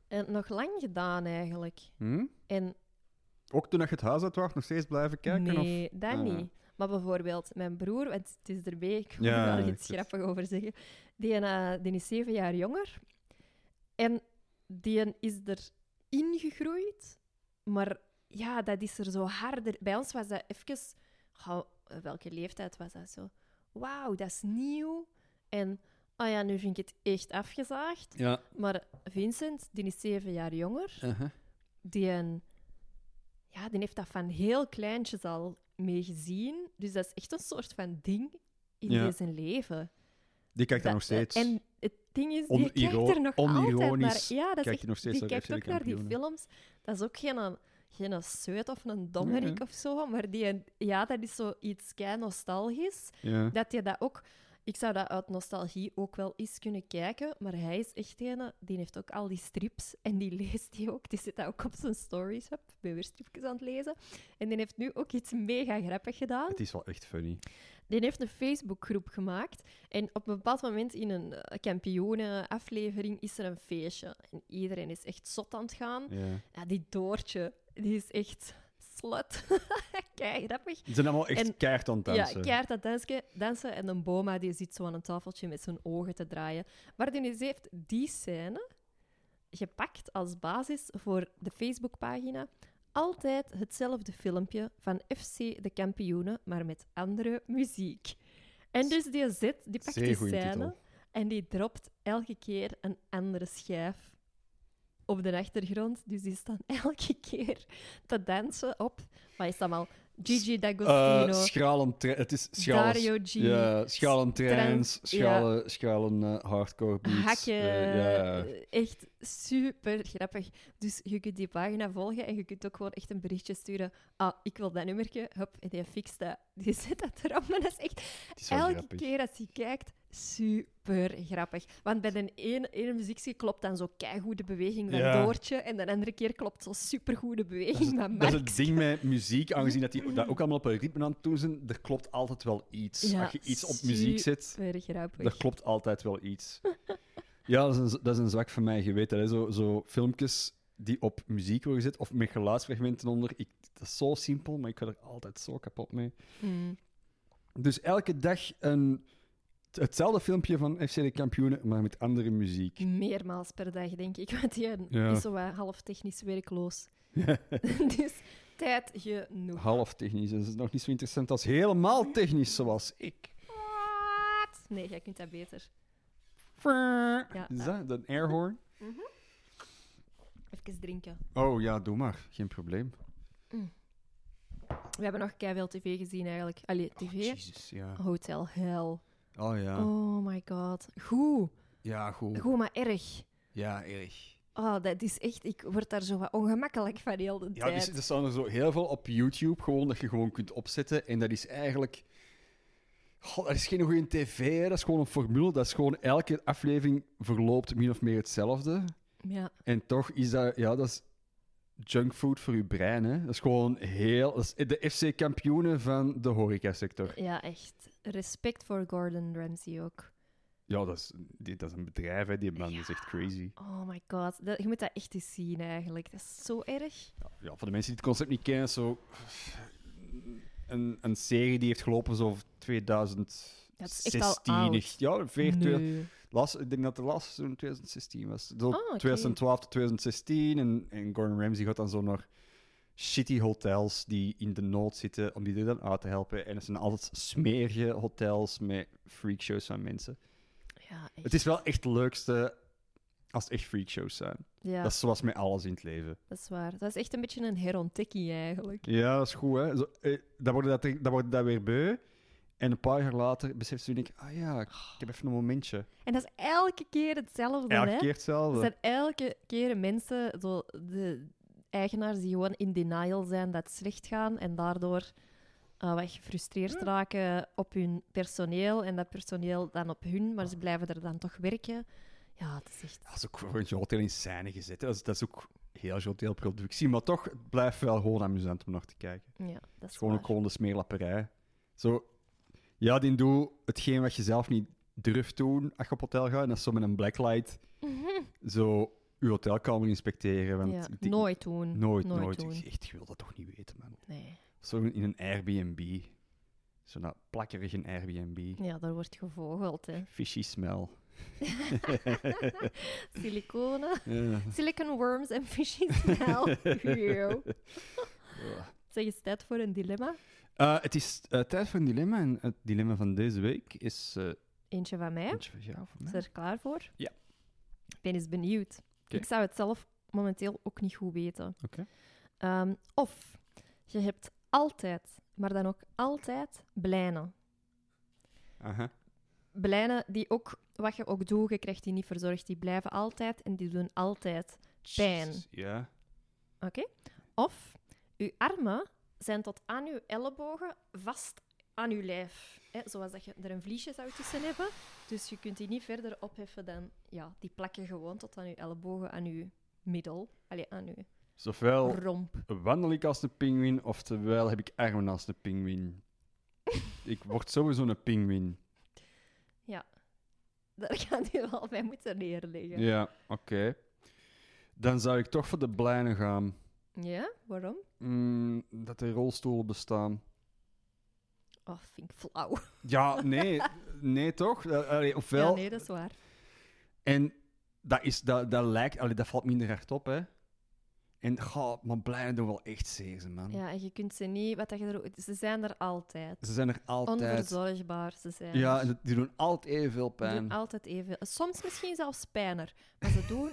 eh, nog lang gedaan eigenlijk. Hm? En Ook toen je het huis uit was, nog steeds blijven kijken? Of... nee, dat Ah, ja. niet. Maar bijvoorbeeld mijn broer, want het is erbij, ik wil Ja, daar ik iets weet het. grappig over zeggen. Die, eh, die is zeven jaar jonger. En die is erin gegroeid. Maar ja, dat is er zo harder. Bij ons was dat even... Goh, welke leeftijd was dat zo? Wauw, dat is nieuw. En oh ja, nu vind ik het echt afgezaagd. Ja. Maar Vincent, die is zeven jaar jonger Uh-huh. die, een, ja, die heeft dat van heel kleintjes al meegezien. Dus dat is echt een soort van ding in Ja. deze leven. Die kijkt Dat- daar nog steeds. En het ding is, die Oniro- kijkt er nog altijd naar. onironisch Ja, dat is kijk je echt, nog die steeds naar kijkt FC de ook naar die kampioenen. films. Dat is ook geen, geen zweet of een dommerik Nee. of zo, maar die, ja, dat is zoiets kei nostalgisch. Ja. Dat je dat ook... Ik zou dat uit nostalgie ook wel eens kunnen kijken, maar hij is echt een... Die heeft ook al die strips en die leest die ook. Die zit dat ook op zijn stories, hop, ik ben weer stripjes aan het lezen. En die heeft nu ook iets mega grappig gedaan. Het is wel echt funny. Die heeft een Facebookgroep gemaakt. En op een bepaald moment in een eh, kampioenenaflevering is er een feestje. En iedereen is echt zot aan het gaan. Ja. Ja, die Doortje, die is echt slut. Kei grappig. Ze zijn allemaal echt En- keihard aan het dansen. Ja, keihard dat dansen, dansen. En een boma die zit zo aan een tafeltje met zijn ogen te draaien. Maar die is- heeft die scène gepakt als basis voor de Facebookpagina. Altijd hetzelfde filmpje van FC de kampioenen, maar met andere muziek. En dus die zet, die pakt Zeer die goeie scène titel. en die dropt elke keer een andere schijf. op de achtergrond. Dus die staan elke keer te dansen op. Wat is dat allemaal? Gigi Eh, D'Agostino, schralen tre- het is schralen, Dario G. ja, schralen trends, trends, schralen, schralen eh, hardcore beats. Hakje, eh, ja, ja. eh, echt super grappig. Dus je kunt die pagina volgen en je kunt ook gewoon echt een berichtje sturen. Ah, ik wil dat nummertje. Hup, en die fixt dat. Die zet dat erop. Maar dat is echt Het is wel elke grappig. keer als je kijkt, super grappig. Want bij de ene, ene muziekje klopt dan zo keigoede beweging van Ja. Doortje. En de andere keer klopt zo supergoede Dat is, beweging van het, Max. dat is het ding met muziek, aangezien dat die dat ook allemaal op een ritme aan het doen zijn, er klopt altijd wel iets. Ja, Als je iets op muziek zet, Super grappig. er klopt altijd wel iets. Ja, dat is een, dat is een zwak van mij, je weet dat. Hè? Zo, zo filmpjes die op muziek worden gezet, of met geluidsfragmenten onder. Ik, dat is zo simpel, maar ik ga er altijd zo kapot mee. Hmm. Dus elke dag een, hetzelfde filmpje van FC de Kampioenen, maar met andere muziek. Meermaals per dag, denk ik. Want die Ja. is zo wat half technisch werkloos. dus tijd genoeg. Half technisch, dat is nog niet zo interessant als helemaal technisch, zoals ik. Wat? Nee, jij kunt dat beter. Ja, Is dat een airhorn? Even drinken. Oh ja, doe maar. Geen probleem. We hebben nog keihard tv gezien eigenlijk. Allee, tv. Oh, Jezus, ja. Hotel Hell. Oh ja. Oh my god. Goed. Ja, goed. Goed, maar erg. Ja, erg. Oh, dat is echt... Ik word daar zo wat ongemakkelijk van heel de Ja, dus, tijd. er staan er zo heel veel op YouTube, gewoon dat je gewoon kunt opzetten. En dat is eigenlijk... Goh, dat is geen goede tv, hè. dat is gewoon een formule. Dat is gewoon elke aflevering verloopt min of meer hetzelfde. Ja. En toch is dat... Ja, dat is junkfood voor je brein, hè. Dat is gewoon heel... Dat is de FC-kampioenen van de horecasector. ja, echt. Respect voor Gordon Ramsay ook. Ja, dat is, dit, dat is een bedrijf, hè. Die man is echt crazy. Oh my god. Dat, je moet dat echt eens zien eigenlijk. Dat is zo erg. Ja, voor de mensen die het concept niet kennen, is zo een, een serie die heeft gelopen zo 2016. Dat is echt al oud. echt. Ja, 20, Nee. laatste- ik denk dat de laatste seizoen 2016 was. Zo Ah, oké. 2012 tot 2016. En, en Gordon Ramsay gaat dan zo naar shitty hotels die in de nood zitten, om die er dan uit te helpen. En het zijn altijd smerige hotels met freakshows van mensen. Ja, echt. Het is wel echt het leukste als het echt freakshows zijn. ja, Dat is zoals met alles in het leven. dat is waar. Dat is echt een beetje een herontdekking eigenlijk. Ja, dat is goed, hè. Zo, eh, dan, wordt dat, dan wordt dat weer beu. En een paar jaar later beseft ze, denk ik, ah ja, ik heb even een momentje. En dat is elke keer hetzelfde, Elke hè? keer Er hetzelfde. zijn elke keer mensen, zo de eigenaars die gewoon in denial zijn dat het slecht gaat en daardoor eh, wat gefrustreerd raken op hun personeel en dat personeel dan op hun, maar ze blijven er dan toch werken. Ja, het is echt... Dat is ook voor een hotel in scène gezet. hè. Dat is, dat is ook heel hotel productie. Maar toch, het blijft wel gewoon amusant om naar te kijken. Het Ja, dat is is gewoon ook waar. gewoon de smeerlapperij. Zo, ja, die doe hetgeen wat je zelf niet durft doen als je op hotel gaat. En dat is zo met een blacklight zo je hotelkamer inspecteren. Want Ja, ik denk- nooit doen. Nooit, nooit. doen. Ik, echt, ik wil dat toch niet weten, man. Nee. Zo in een Airbnb. Zo dat plakkerig een Airbnb. Ja, daar wordt gevogeld, hè. Fishy smell. Siliconen. Ja. Silicon worms en fishy smell. Eeuw. Ja. Zeg, is het tijd voor een dilemma? Eh, het is eh, tijd voor een dilemma. En het dilemma van deze week is... eh, Eentje van mij. eentje van jou voor Is mij. er klaar voor? Ja. Ik ben eens benieuwd. Oké. Ik zou het zelf momenteel ook niet goed weten. Oké. Ehm, of je hebt altijd, maar dan ook altijd, blijnen. Aha. Blijnen die ook, wat je ook doet, je krijgt die niet verzorgd, die blijven altijd en die doen altijd. Pijn. Jezus, Ja. Of je armen zijn tot aan je ellebogen vast aan je lijf. Hè, zoals dat je er een vliesje zou tussen hebben. Dus je kunt die niet verder opheffen dan... Ja, die plakken gewoon tot aan je ellebogen, aan je middel. Allee, aan je Zowel romp. wandel ik als een pinguïn, oftewel heb ik armen als een pinguïn. ik word sowieso een pinguïn. Daar gaat je wel bij moeten Ja, neerleggen. oké. Dan zou ik toch voor de blijnen gaan. Ja? Waarom? Mm, dat er rolstoelen bestaan. Oh, vind ik flauw. Ja, nee, nee toch? Eh, allee, ofwel. Ja, nee, dat is waar. En dat, is, dat, dat, lijkt, allee, dat valt minder hard op, hè? En goh, maar blijven doen wel echt zeer, ze, man. Ja, en je kunt ze niet... Wat dat je er, ook- ze zijn er altijd. Ze zijn er altijd. Onverzorgbaar, ze zijn Ja, er. en die doen altijd evenveel Ze pijn. doen altijd even. Soms misschien zelfs pijner. Maar ze doen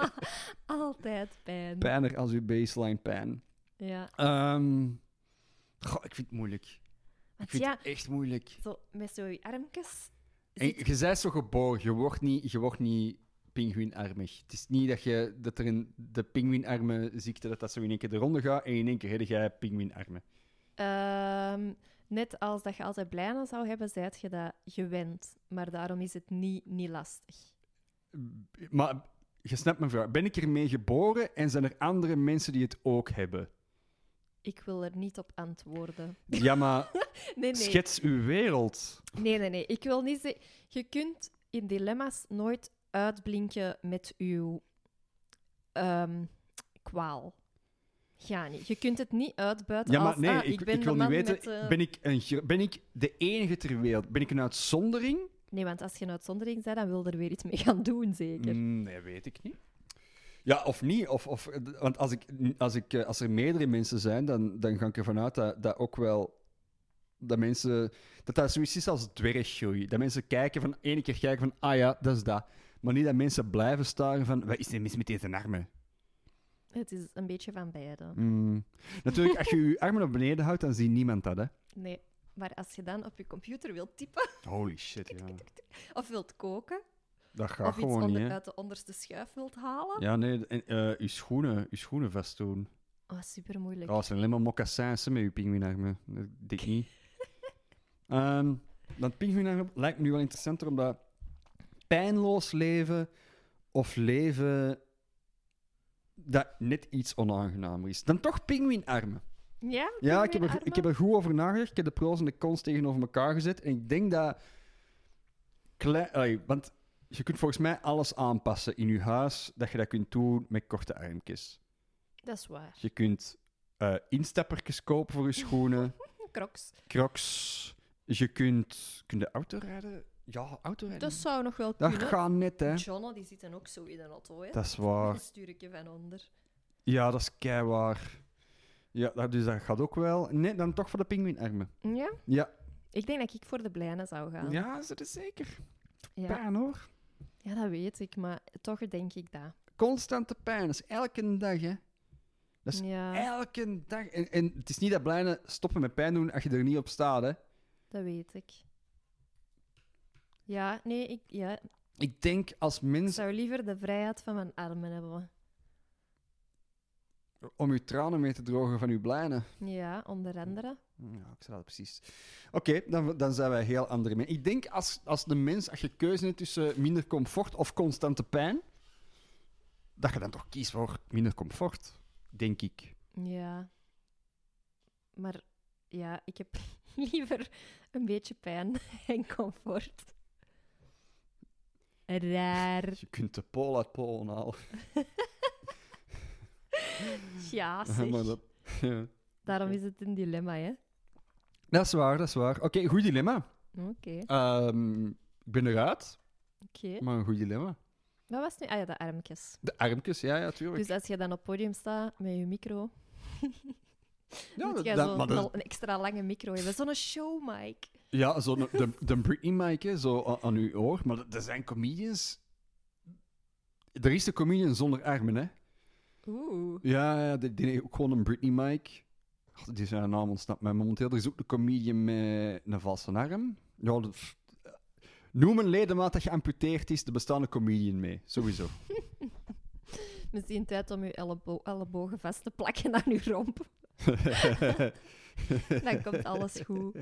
altijd pijn. Pijner als uw baseline pijn. Ja. Ehm, goh, ik vind het moeilijk. Ik Want vind ja, het echt moeilijk. zo, met zo'n armpjes... En zit- je bent zo geboren, je wordt niet, je wordt niet pinguïnarmig. Het is niet dat, je, dat er een, de pinguïnarme ziekte dat dat zo in één keer eronder gaat en in één keer heb jij pinguïnarmen. Ehm, net als dat je altijd blijna zou hebben, zijt je dat gewend. Maar daarom is het niet, niet lastig. Maar je snapt mijn vraag. Ben ik ermee geboren en zijn er andere mensen die het ook hebben? Ik wil er niet op antwoorden. Ja, maar Nee, nee. schets uw wereld. Nee, nee, nee. Ik wil niet zeggen... Je kunt in dilemma's nooit uitblinken met uw ehm, kwaal. Ga niet. Je kunt het niet uitbuiten Ja, maar als... nee, ah, ik, ben ik de wil niet man weten, met, eh, ben, ik een, gro- ben ik de enige ter wereld? Ben ik een uitzondering? Nee, want als je een uitzondering bent, dan wil je er weer iets mee gaan doen, zeker. Mm, Nee, weet ik niet. Ja, of niet. Of, of, want als, ik, als, ik, eh, als er meerdere mensen zijn, dan, dan ga ik ervan uit dat, dat ook wel... Dat mensen... Dat dat zoiets is als dwerggroei. Dat mensen kijken van... ene keer kijken van, ah ja, dat is dat. Maar niet dat mensen blijven staren van, wat is er mis met deze armen? Het is een beetje van beide. Mm. Natuurlijk, als je je armen naar beneden houdt, dan ziet niemand dat, hè. Nee, maar als je dan op je computer wilt typen Holy shit, ja. of wilt koken Dat of gaat iets gewoon niet, onder- hè. uit de onderste schuif wilt halen. Ja, nee, en, eh, je schoenen, je schoenen vastdoen. Oh, super moeilijk. Oh, het zijn alleen maar mocassins hè, met uw pinguïnarmen. Dat denk ik niet. Ehm dat pinguïnarm lijkt me nu wel interessanter, omdat pijnloos leven of leven dat net iets onaangenamer is. Dan toch pinguïnarmen. Ja, Ja, ik heb, er, ik heb pinguïnarmen? er goed over nagedacht. Ik heb de pro's en de cons tegenover elkaar gezet. En ik denk dat... Klein, allee, want je kunt volgens mij alles aanpassen in je huis, dat je dat kunt doen met korte armpjes. Dat is waar. Je kunt eh instappertjes kopen voor je schoenen, Crocs. crocs. Je kunt... Kun je auto rijden? Ja, auto rijden. Dat zou nog wel Dat kunnen. gaat net, hè. Johnno, die zit dan ook zo in een auto, hè. Dat is Die waar. stuur ik je van onder. Ja, dat is keiwaar. Ja, dat- dus dat gaat ook wel. Nee, dan toch voor de pinguïnarmen. Ja? Ja. Ik denk dat ik voor de blijne zou gaan. Ja, dat is zeker. ja. Pijn, hoor. Ja, dat weet ik, maar toch denk ik dat. Constante pijn. Dat is elke dag, hè. Dat is Ja, Elke dag. En, en het is niet dat blijven stoppen met pijn doen als je er niet op staat, hè. dat weet ik. Ja, nee, ik, ja, Ik denk als ik mens zou liever de vrijheid van mijn armen hebben. om je tranen mee te drogen van je blijnen. Ja, onder andere. Mm, Ja, ik zei dat precies. Oké, dan, dan zijn wij heel andere mensen. Ik denk als, als de mens, als je keuze hebt tussen minder comfort of constante pijn, dat je dan toch kiest voor minder comfort, denk ik. Ja. Maar ja, ik heb liever een beetje pijn en comfort. Raar. Je kunt de pool uit Polen halen. Ja, Ah, zeg. Maar dat, ja. Daarom is het een dilemma, hè? dat is waar, dat is waar. Oké, goed dilemma. Oké. Ehm, ik ben eruit, Oké. maar een goed dilemma. Wat was nu? Ah ja, de armpjes. De armpjes, ja, ja, tuurlijk. Dus als je dan op het podium staat met je micro, ja, moet dat- jij dat- zo maar wel dat- een extra lange micro hebben. Zo'n show, Mike. ja, zo de, de, de Britney-mic, hè, zo aan, aan uw oor. Maar dat- er zijn comedians... Er is de comedian zonder armen, hè. Oeh. Ja, ja, die, die heeft ook gewoon een Britney mic. God, die zijn naam ontsnapt mij momenteel. Er is ook de comedian met een valse arm. Ja, dat- pff. noem een ledemaat dat geamputeerd is, er bestaat een comedian mee. Sowieso. Misschien tijd om je ellebo ellebogen vast te plakken aan je romp. Dan komt alles goed.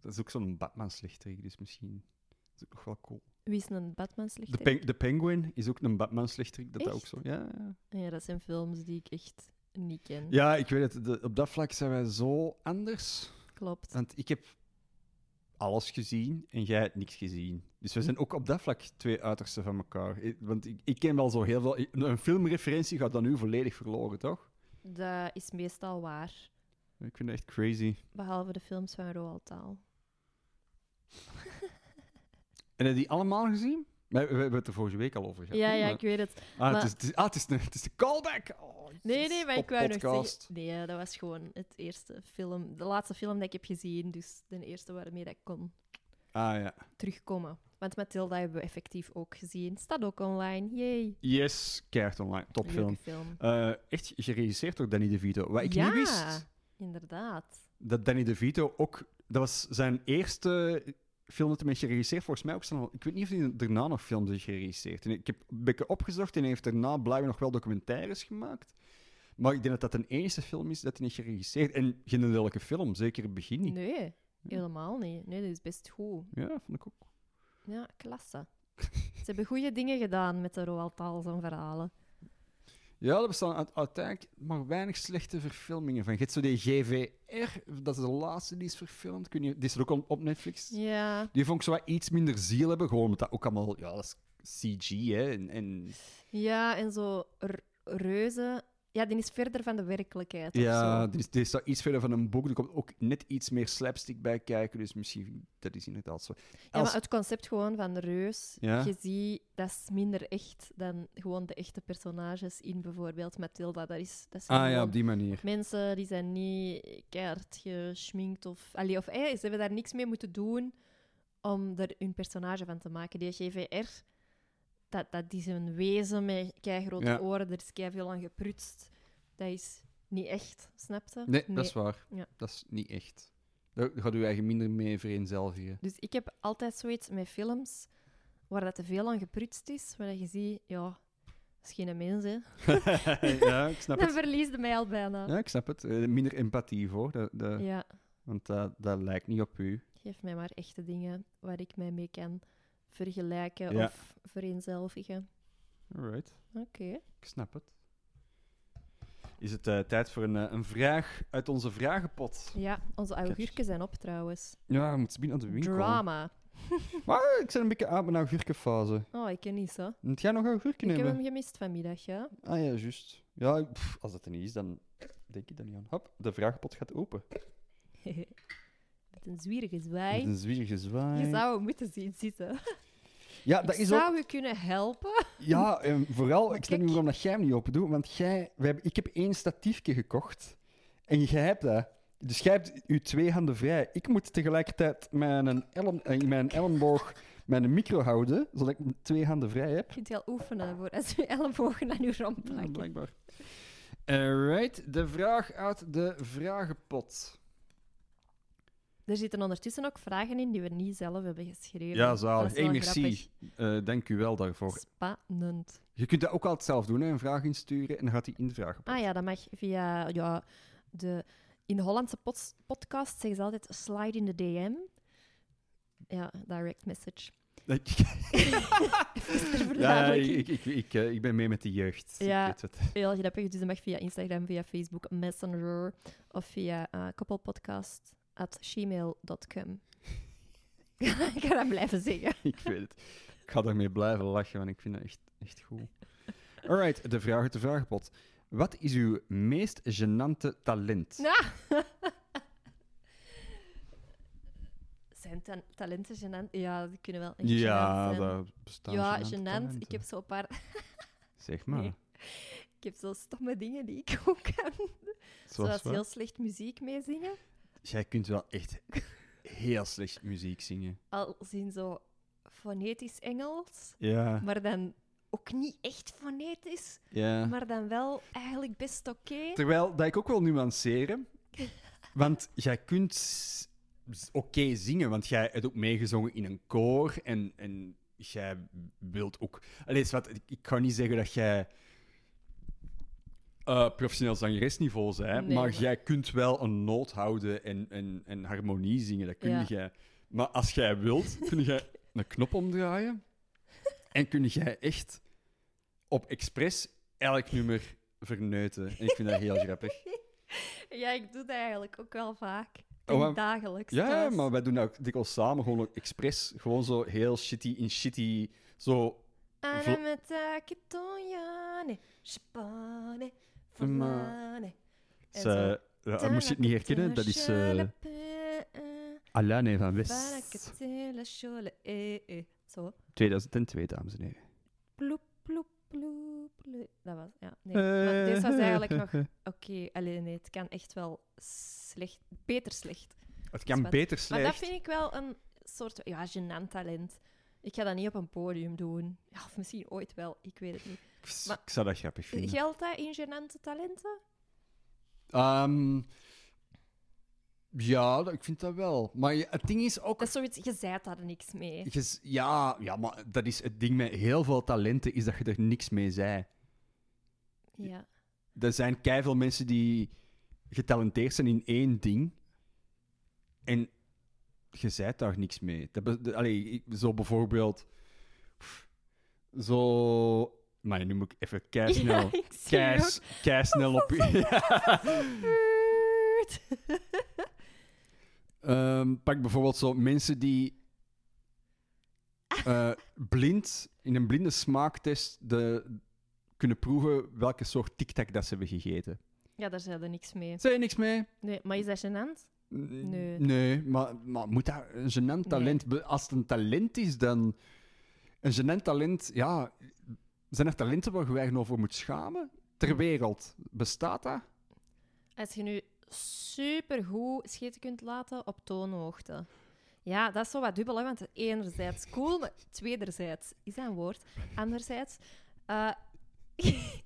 dat is ook zo'n Batman-slechterik, dus misschien... Dat is ook nog wel cool. Wie is een batman De, slechter? peng- de Penguin is ook een Batman-slechterik. Dat, dat ook Echt? zo... Ja, ja. Ja, dat zijn films die ik echt niet ken. ja, ik weet het. de- op dat vlak zijn wij zo anders. Klopt. Want ik heb alles gezien en jij hebt niks gezien. Dus we zijn ook op dat vlak twee uitersten van elkaar. Ik- Want ik, ik ken wel zo heel veel. Een filmreferentie gaat dan nu volledig verloren, toch? Dat is meestal waar. Ik vind het echt crazy. Behalve de films van Roald Dahl. En heb je die allemaal gezien? Maar we, we hebben het er vorige week al over gehad. Ja, hè? ja, Maar- ik weet het. ah, maar- het, is, het, is, ah, het, is een, het is de callback! Oh, Nee, jezus, nee, maar op ik wou nog podcast. zeggen... Nee, eh, dat was gewoon het eerste film, de laatste film dat ik heb gezien. Dus de eerste waarmee dat ik kon Ah ja. terugkomen. Want Matilda hebben we effectief ook gezien. Staat ook online, yay. Yes, keihard online. Topfilm. Leuke film. Eh echt geregisseerd door Danny DeVito. Wat ik Ja. niet wist, Inderdaad. dat Danny DeVito ook... Dat was zijn eerste film dat hij heeft geregisseerd. Volgens mij ook zijn... Ik weet niet of hij daarna nog films heeft geregisseerd. En ik heb een beetje opgezocht en hij heeft daarna blijkbaar nog wel documentaires gemaakt. Maar ik denk dat dat de enige film is dat hij heeft geregisseerd. En geen lelijke film, zeker in het begin niet. Nee, helemaal niet. Nee, dat is best goed. Ja, vond ik ook. Ja, klasse. Ze hebben goede dingen gedaan met de Roald Dahl zijn verhalen. Ja, er bestaan uit- uiteindelijk maar weinig slechte verfilmingen van. Je hebt zo die GVR, dat is de laatste die is verfilmd. Kun je, die is er ook op- op Netflix. Ja, Die vond ik zo wat iets minder ziel hebben, gewoon omdat dat ook allemaal... Ja, dat is CG, hè. En, en... ja en zo r- reuzen. Ja, die is verder van de werkelijkheid. of Ja, zo. die is, die staat iets verder van een boek. Er komt ook net iets meer slapstick bij kijken, dus misschien... Dat is inderdaad zo. Ja, Als- maar het concept gewoon van de reus, Ja. je ziet, dat is minder echt dan gewoon de echte personages in bijvoorbeeld Matilda. Dat, is, dat zijn Ah ja, gewoon op die manier. mensen die zijn niet keihard geschminkt of... Allee, of eh, ze hebben daar niks mee moeten doen om er hun personage van te maken. Die GVR, dat, dat is een wezen met keigrote Ja. oren, er is veel aan geprutst. Dat is niet echt, snapte? Nee, dat is waar. Ja. Dat is niet echt. Daar daar gaat u eigen minder mee vereenzelvigen. Dus ik heb altijd zoiets met films waar dat te veel aan geprutst is, waar dat je ziet, ja, dat is geen mens, hè. ja, ik snap Dat het. verliesde mij al bijna. Ja. Ja, ik snap het. Eh, Minder empathie voor, dat, dat- want dat, dat lijkt niet op u. geef mij maar echte dingen waar ik mij mee kan vergelijken Ja. of vereenzelvigen. Alright, Oké. ik snap het. Is het eh, tijd voor een, eh, een vraag uit onze vragenpot? Ja, onze augurken zijn op trouwens. Ja, we moeten binnen aan de winkel. Drama. Maar ik zit een beetje aan mijn augurkenfase. Oh, ik ken niet zo. Moet jij nog augurken Ik heb nemen? hem gemist vanmiddag, ja. Ah ja, juist. Ja, ik- pff, als dat er niet is, dan denk ik er niet aan. Hop, de vragenpot gaat open. Met een zwierige Met zwaai. een zwierige zwaai. Je zou hem moeten zien zitten. Ja, dat ik is ook... zou je kunnen helpen. Ja, en vooral, ik snap Kijk. niet waarom dat jij hem niet open doet, want jij, we hebben, ik heb één statiefje gekocht en jij hebt dat. Dus jij hebt je twee handen vrij. Ik moet tegelijkertijd mijn, elm, eh, mijn elleboog, mijn micro houden, zodat ik twee handen vrij heb. Je kunt wel oefenen voor als je ellebogen aan je romp Ja, plakken. blijkbaar. Alright, de vraag uit de vragenpot. Er zitten ondertussen ook vragen in die we niet zelf hebben geschreven. Ja, zalig. Dat is wel Hey, merci. grappig. Eh, dank u wel daarvoor. Spannend. Je kunt dat ook altijd zelf doen, hè, een vraag insturen en dan gaat hij in de vragenpot. Ah ja, dat mag via ja, de. In de Hollandse pod- podcast zeggen ze altijd slide in de DM. Ja, direct message. Ja, Verduidelijk. ik, ik, ik, eh, ik ben mee met de jeugd. Ja. Ik weet het. Heel grappig. Dus dat mag via Instagram, via Facebook, Messenger of via eh koppelpodcast at gmail.com. ik ga dat blijven zeggen. ik weet het. Ik ga daarmee blijven lachen, want ik vind dat echt, echt goed. Alright, de vraag uit de vragenpot. Wat is uw meest genante talent? Nou. Zijn ta- talenten gênant? Ja, die kunnen wel echt ja, gênant zijn. daar bestaan Ja, gênante gênant. talenten. Ik heb zo'n paar... Zeg maar, Nee. Ik heb zo stomme dingen die ik ook kan. zoals Zoals wat? heel slecht muziek meezingen. Jij kunt wel echt heel slecht muziek zingen. Al zien zo fonetisch Engels, Ja, maar dan ook niet echt fonetisch, ja. maar dan wel eigenlijk best oké. Terwijl dat ik ook wil nuanceren. Want jij kunt s- s- oké zingen, want jij hebt ook meegezongen in een koor. En, en jij wilt ook. Allee, wat, ik, ik kan niet zeggen dat jij eh, professioneel zangeresniveau bent, Nee, maar maar- jij kunt wel een noot houden en, en, en harmonie zingen. Dat kun Ja. jij. Maar als jij wilt, kun jij een knop omdraaien en kun jij echt op expres elk nummer verneuten. En ik vind dat heel grappig. Ja, ik doe dat eigenlijk ook wel vaak. Oh, maar- En dagelijks. Ja, thuis. maar wij doen dat ook dikwijls samen, gewoon ook expres. Gewoon zo heel shitty in shitty. Zo. Vo- Anamatake tonjane, spane, volane. En Ze, ja, dat Ah, moest je het niet herkennen, dat is eh Alane van West. Barakatele, shole, eh, eh. Zo. 2002, dames en heren. Ploep, ploep, ploep, ploep. Dat was, ja. Nee. Eh. Maar deze was eigenlijk nog... Oké, allee, nee, het kan echt wel slecht... Beter slecht. Het kan beter Maar slecht. dat vind ik wel een soort... Ja, gênant talent. Ik ga dat niet op een podium doen. Ja, of misschien ooit wel. Ik weet het niet. ik... maar- zou dat grappig vinden. Geldt dat in gênante talenten? Ehm, ja, dat- ik vind dat wel. Maar ja, het ding is ook... Dat is zoiets... Je zei daar niks mee. je is- Ja, ja, maar dat is het ding met heel veel talenten, is dat je er niks mee zei. Ja. Er zijn keiveel mensen die getalenteerd zijn in één ding. En je zei daar niks mee. Dat be- de- allee, ik- zo bijvoorbeeld... pff, Zo... Maar ja, nu moet ik even keisnel... Ja, ik zie het ook. Keis, keisnel op... Beurt. Ehm, pak bijvoorbeeld zo mensen die eh, blind, in een blinde smaaktest de, kunnen proeven welke soort tic-tac dat ze hebben gegeten. Ja, daar zei er niks mee. Zeg je niks mee? Nee, maar is dat gênant? N- Nee. Nee, maar, maar moet dat een gênant talent... be- Als het een talent is, dan... Een gênant talent, ja... Zijn er talenten waar je je eigen over moet schamen? Ter wereld. Bestaat dat? Als je nu supergoed scheten kunt laten op toonhoogte. Ja, dat is zo wat dubbel, hè, want enerzijds cool, maar tweederzijds is dat een woord. Anderzijds eh,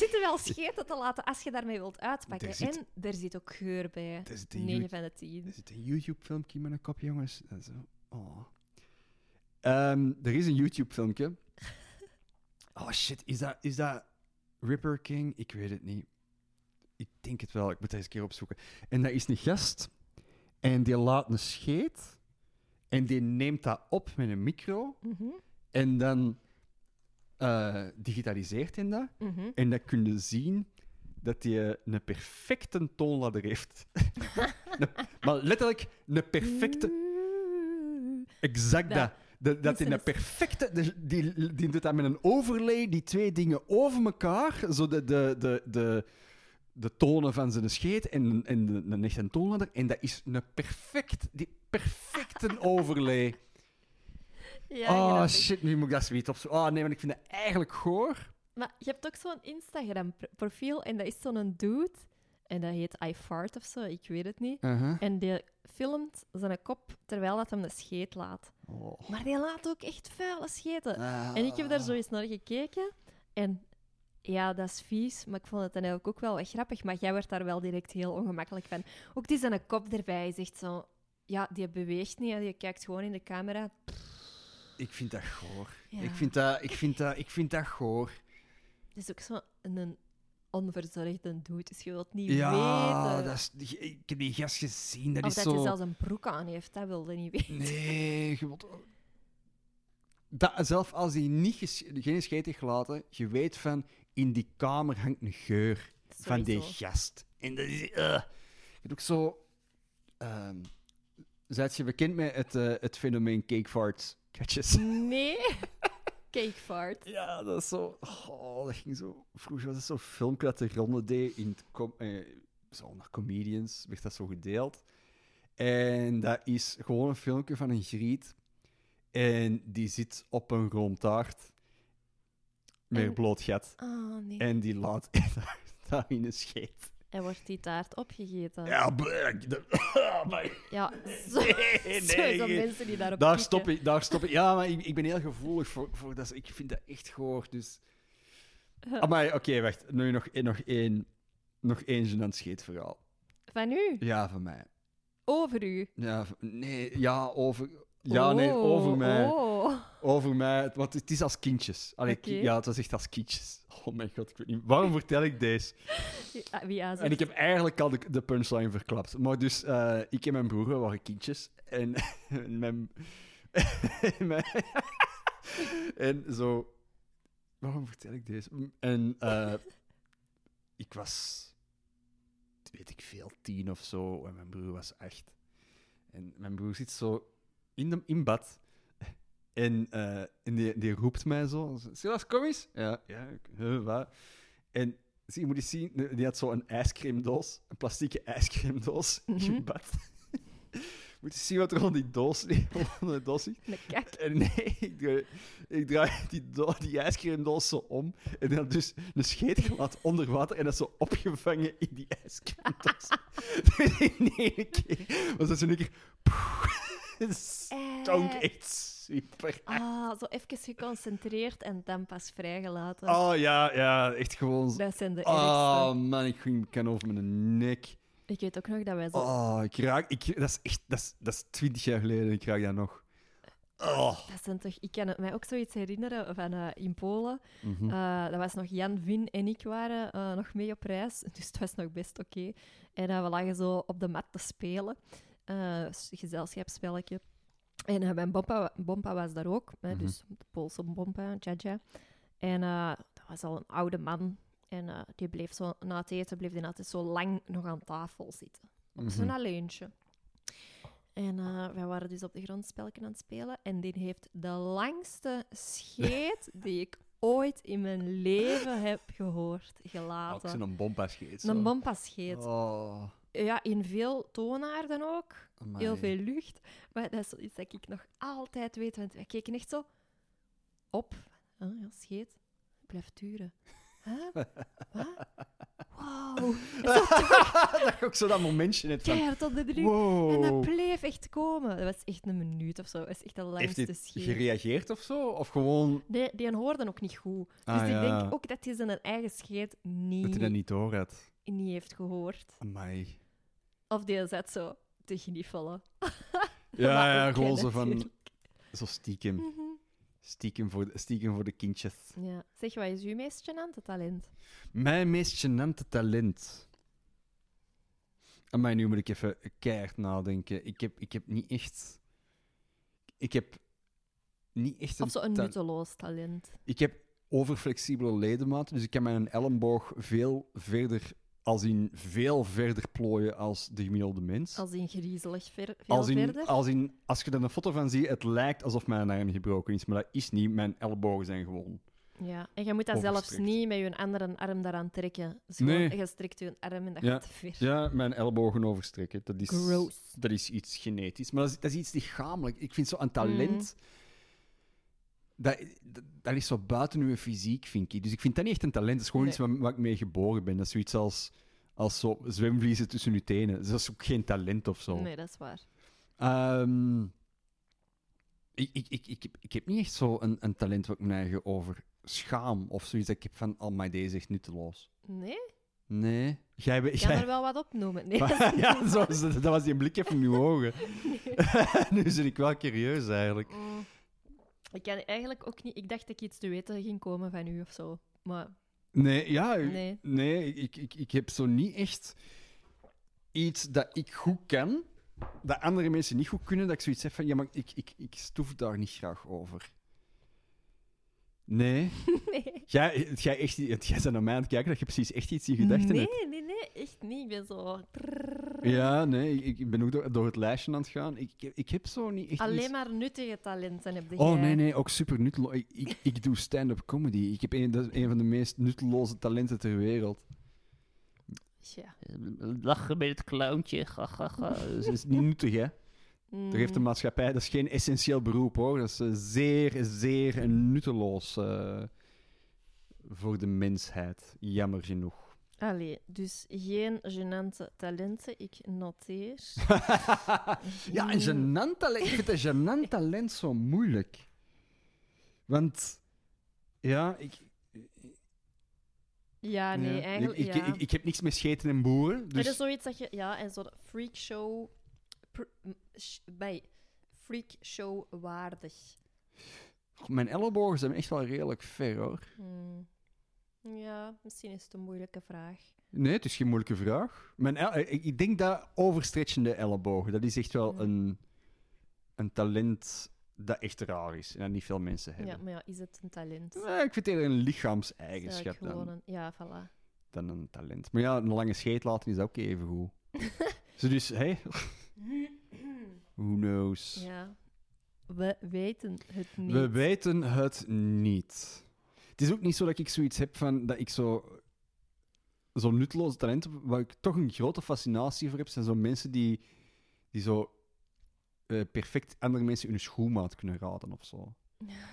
zit er wel scheten te laten als je daarmee wilt uitpakken. Er zit- En er zit ook geur bij. Dat is de 9 van de 10. Er zit een YouTube-filmpje met een kop, jongens. Dat is, oh. Ehm, er is een YouTube-filmpje. Oh shit, is dat, is dat Ripper King? Ik weet het niet. Ik denk het wel, ik moet dat eens een keer opzoeken. En dat is een gast. En die laat een scheet. En die neemt dat op met een micro. Mhm, En dan eh, digitaliseert hij dat. mhm. En dat kun je zien dat hij eh, een perfecte toonladder heeft. Een- maar letterlijk, een perfecte, exact Ja. dat. Dat, dat hij Mensen een perfecte, de- die, die doet dat met een overlay, die twee dingen over elkaar, zo de, de, de, de, de tonen van zijn scheet en, en de- een echte toonladder. En dat is een perfect, die perfecte overlay. Ja, oh grappig. shit, nu moet ik dat zoiets opzoeken. Oh nee, want ik vind dat eigenlijk goor. Maar je hebt ook zo'n Instagram-profiel en dat is zo'n dude. En dat heet I fart of zo, ik weet het niet. Uh-huh. En die filmt zijn kop terwijl dat hem de scheet laat. Oh. Maar die laat ook echt vuile scheten. Eh, En ik heb daar Ah. zo eens naar gekeken. En ja, dat is vies, maar ik vond het dan eigenlijk ook wel wat grappig. Maar jij werd daar wel direct heel ongemakkelijk van. Ook die zijn kop erbij is echt zo... Ja, die beweegt niet en die kijkt gewoon in de camera. Ik vind dat goor. Ja. Ik, vind dat, ik, vind dat, ik vind dat goor. Het is ook zo'n onverzorgde dude, dus je wilt niet Ja, weten. dat is, die- ik heb die gast gezien. Dat of is dat zo... hij zelfs een broek aan heeft, dat wilde niet weten. Nee, je wilt... Dat, zelf als die niet ges- geen scheet heeft gelaten, je weet van, in die kamer hangt een geur van die Sowieso. gast. En dat is... eh. Je hebt ook zo... ehm Zijt je bekend met het, eh, het fenomeen cake fart catches? Nee. Cakefart. Ja, dat is zo. Oh, dat ging zo. Vroeger was het zo'n filmpje dat de ronde deed in het com- eh, zo naar comedians, werd dat zo gedeeld. En dat is gewoon een filmpje van een griet. En die zit op een roomtaart met En- een bloot gat. Oh nee. En die laat daar in een scheet. En wordt die taart opgegeten? Ja, bleh, dat- ah, maar- Ja, zo, nee, sowieso nee. mensen die daarop Daar kikken. stop ik, daar stop ik. Ja, maar ik, ik ben heel gevoelig voor, voor dat. Ik vind dat echt gehoord, dus... Amai, oké, wacht. Nu nog, nog één, nog één gênant scheetverhaal. Van u? Ja, van mij. Over u? Ja, van- nee, ja, over... Ja, nee, Oh, over mij. oh. Over mij. Want het is als kindjes. Allee, ki- Oké. Ja, het was echt als kindjes. Oh mijn god, ik weet niet... Waarom vertel ik deze? Ah, Wie aan En ik heb eigenlijk al de, de punchline verklapt. Maar dus, eh, ik en mijn broer we waren kindjes. En, en mijn... en mijn- en zo... Waarom vertel ik deze? En eh, ik was... Weet ik veel, tien of zo. En mijn broer was acht. En mijn broer zit zo in, de, in bad. En, eh, en die, die roept mij zo. Silas, kom eens. Ja, ja. ik- huh, wat? En zie, je moet eens zien, die- die had zo een ijscreamdoos, een plastieke ijscreamdoos Mhm. in bad. Moet je zien wat er onder die doos, onder de doos zit? Een kak. En Eh, nee, ik draai, ik draai die, do- die ijscreamdoos zo om. En dan dus een scheet gelaten onder water. En dat zo opgevangen in die ijscreamdoos. dus in één keer was dat zo'n keer... poeh, Het stonk Eh. echt super. Ah, zo even geconcentreerd en dan pas vrijgelaten. Oh ja, ja, echt gewoon... zo- Dat zijn de ergste. Oh eh? man, ik ging kan over mijn nek. Ik weet ook nog dat wij zo... Oh, ik raak... Ik, dat is echt... Dat is, dat is twintig jaar geleden en ik raak dat nog. Oh. Dat zijn toch, ik kan het mij ook zoiets herinneren van eh, in Polen. Mhm. Eh, dat was nog Jan, Vin en ik waren eh, nog mee op reis. Dus het was nog best oké. En eh, we lagen zo op de mat te spelen. Eh, s- gezelschapsspelletje. En eh, mijn bompa, wa- bompa was daar ook. hè, Mhm. Dus de Poolse bompa, Jaja. En eh, dat was al een oude man. En eh, die bleef zo na het eten bleef die altijd zo lang nog aan tafel zitten Oh, op Mhm. zijn alleentje. En eh, wij waren dus op de grond spelken aan het spelen. En die heeft de langste scheet die ik ooit in mijn leven heb gehoord, Oh, ik gelaten. zit een bompa scheet. zo. Een bompa scheet. Oh, Ja, in veel toonaarden ook. amai. Heel veel lucht. Maar dat is iets dat ik nog altijd weet. Want wij keken echt zo op. Oh, ja, scheet. Blijft duren. Huh? Wat? Wow. dat je ook zo dat momentje net van... Keihard op de druk. En dat Wow. bleef echt komen. Dat was echt een minuut of zo. Dat was echt de Oh. Heeft langste dit scheet. gereageerd of zo? Of gewoon Die, die hoorde ook niet goed. Dus Ah, ik ja. denk ook dat hij zijn eigen scheet dat niet, hij dat niet door had? niet heeft gehoord. Amai. Of die zat zo te gniffelen. Ja, Maar ja, oké, gewoon zo van... natuurlijk. Zo stiekem. Mhm. Stiekem voor, de- stiekem voor de kindjes. Ja. Zeg, wat is uw meest gênante talent? Mijn meest gênante talent. Amai, nu moet ik even keihard nadenken. Ik heb, ik heb niet echt... Ik heb niet echt een Of zo een ta- nutteloos talent? Ik heb overflexibele ledematen, dus ik kan mijn elleboog veel verder, als in veel verder plooien als de gemiddelde mens. Als in griezelig ver, veel Als in, verder? als, in, als je er een foto van ziet, het lijkt alsof mijn arm gebroken is, maar dat is niet. Mijn ellebogen zijn gewoon. Ja. En je moet dat zelfs Overgestrekt. niet met je andere arm daaraan trekken. Dus Nee. gewoon, je strekt je arm en dat Ja. gaat te ver. Ja, mijn ellebogen overstrekken. Dat is, Gross. Dat is iets genetisch, maar dat is, dat is iets lichamelijk. Ik vind zo'n Mm. talent. Dat, dat, dat is zo buiten uw fysiek, vind ik. Dus ik vind dat niet echt een talent. Dat is gewoon Nee. iets waar, waar ik mee geboren ben. Dat is zoiets als, als zo zwemvliezen tussen uw tenen. Dus dat is ook geen talent of zo. Nee, dat is waar. Ehm, ik, ik, ik, ik, heb- ik heb niet echt zo een, een talent wat ik me eigen over schaam of zoiets. Dat ik heb van, al my deze is echt nutteloos. Nee? Nee. Jij, bent- Ik kan jij, er wel wat opnoemen. Nee, ja, zo, zo- dat was die blik even in uw ogen. nu ben ik wel curieus eigenlijk. Mm. Ik kan eigenlijk ook niet. Ik dacht dat ik iets te weten ging komen van u of zo. Maar Nee, ja, nee, Nee. ik, ik, ik heb zo niet echt iets dat ik goed kan, dat andere mensen niet goed kunnen, dat ik zoiets heb van, ja, maar ik, ik, ik stoef daar niet graag over. Nee. nee. Jij, jij, echt, niet- jij bent naar mij aan het kijken dat je precies echt iets in gedachten hebt. nee, nee, nee, echt niet. Ik ben zo. Ja, nee, ik, ik ben ook door, door het lijstje aan het gaan. Ik, ik, ik heb zo niet echt iets- Alleen maar nuttige talenten heb je. Oh nee, nee, ook super nutteloos. Ik, ik, ik doe stand-up comedy. Ik heb een, dat is een van de meest nutteloze talenten ter wereld. Ja. Lachen met het clowntje. ga, ga, ga. Dat Dus is niet nuttig, hè? Daar heeft de Mm. maatschappij. Dat is geen essentieel beroep hoor. Dat is eh, zeer, zeer nutteloos eh, voor de mensheid. Jammer genoeg. Allee, dus geen genante talenten. Ik noteer. ja, een gênant talent. Ik vind een gênant talent zo moeilijk. Want, ja, ik, Ja, Ah, nee, ja, eigenlijk. ik, ik, ja. ik, ik heb niks met scheten en boeren. Er Dus... is zoiets dat je. Ja, en zo'n freakshow. pr- m- sh- Bij freakshow waardig. Goh, Mijn ellebogen zijn echt wel redelijk ver hoor. Hmm. Ja, misschien is het een moeilijke vraag. Nee, het is geen moeilijke vraag. Mijn el- ik ik denk dat overstretchende ellebogen, dat is echt wel Ja. een, een talent dat echt raar is en dat niet veel mensen Ja, hebben. maar ja, is het een talent? Nee, ik vind het eerder een Is eigenlijk lichaamseigenschap gewoon dan, een... Ja, voilà. dan een talent. Maar ja, een lange scheet laten is ook even goed. Zo dus, hé, who knows? ja. We weten het niet. We weten het niet. Het is ook niet zo dat ik zoiets heb van dat ik zo. Zo'n nutteloze talent, waar ik toch een grote fascinatie voor heb, zijn zo mensen die, die zo eh, perfect andere mensen hun schoenmaat kunnen raden of zo.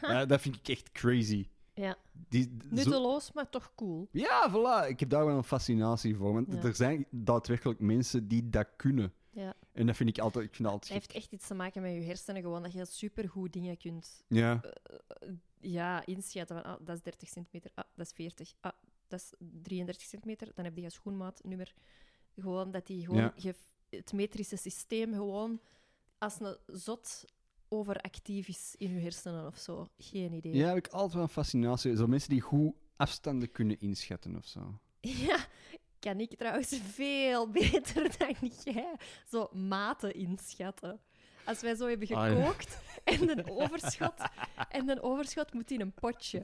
Eh, dat vind ik echt crazy. Ja. Die, zo- Nutteloos, maar toch cool. ja, voilà. Ik heb daar wel een fascinatie voor. Want Ja. er zijn daadwerkelijk mensen die dat kunnen. Ja. En dat vind ik altijd... Ik vind dat Het altijd heeft echt iets te maken met je hersenen, gewoon dat je supergoed dingen kunt gek. Ja. ja, inschatten. Van, ah, dat is 30 centimeter, ah, dat is 40, ah, dat is 33 centimeter. Dan heb je je schoenmaatnummer. Gewoon dat die gewoon Ja. je, het metrische systeem gewoon als een zot overactief is in je hersenen of zo. Geen idee. ja, heb ik altijd wel een fascinatie. Zo mensen die goed afstanden kunnen inschatten of zo. Ja, kan ik trouwens veel beter dan jij. Zo maten inschatten. Als wij zo hebben Ah, ja. gekookt en een overschot, en een overschot moet in een potje.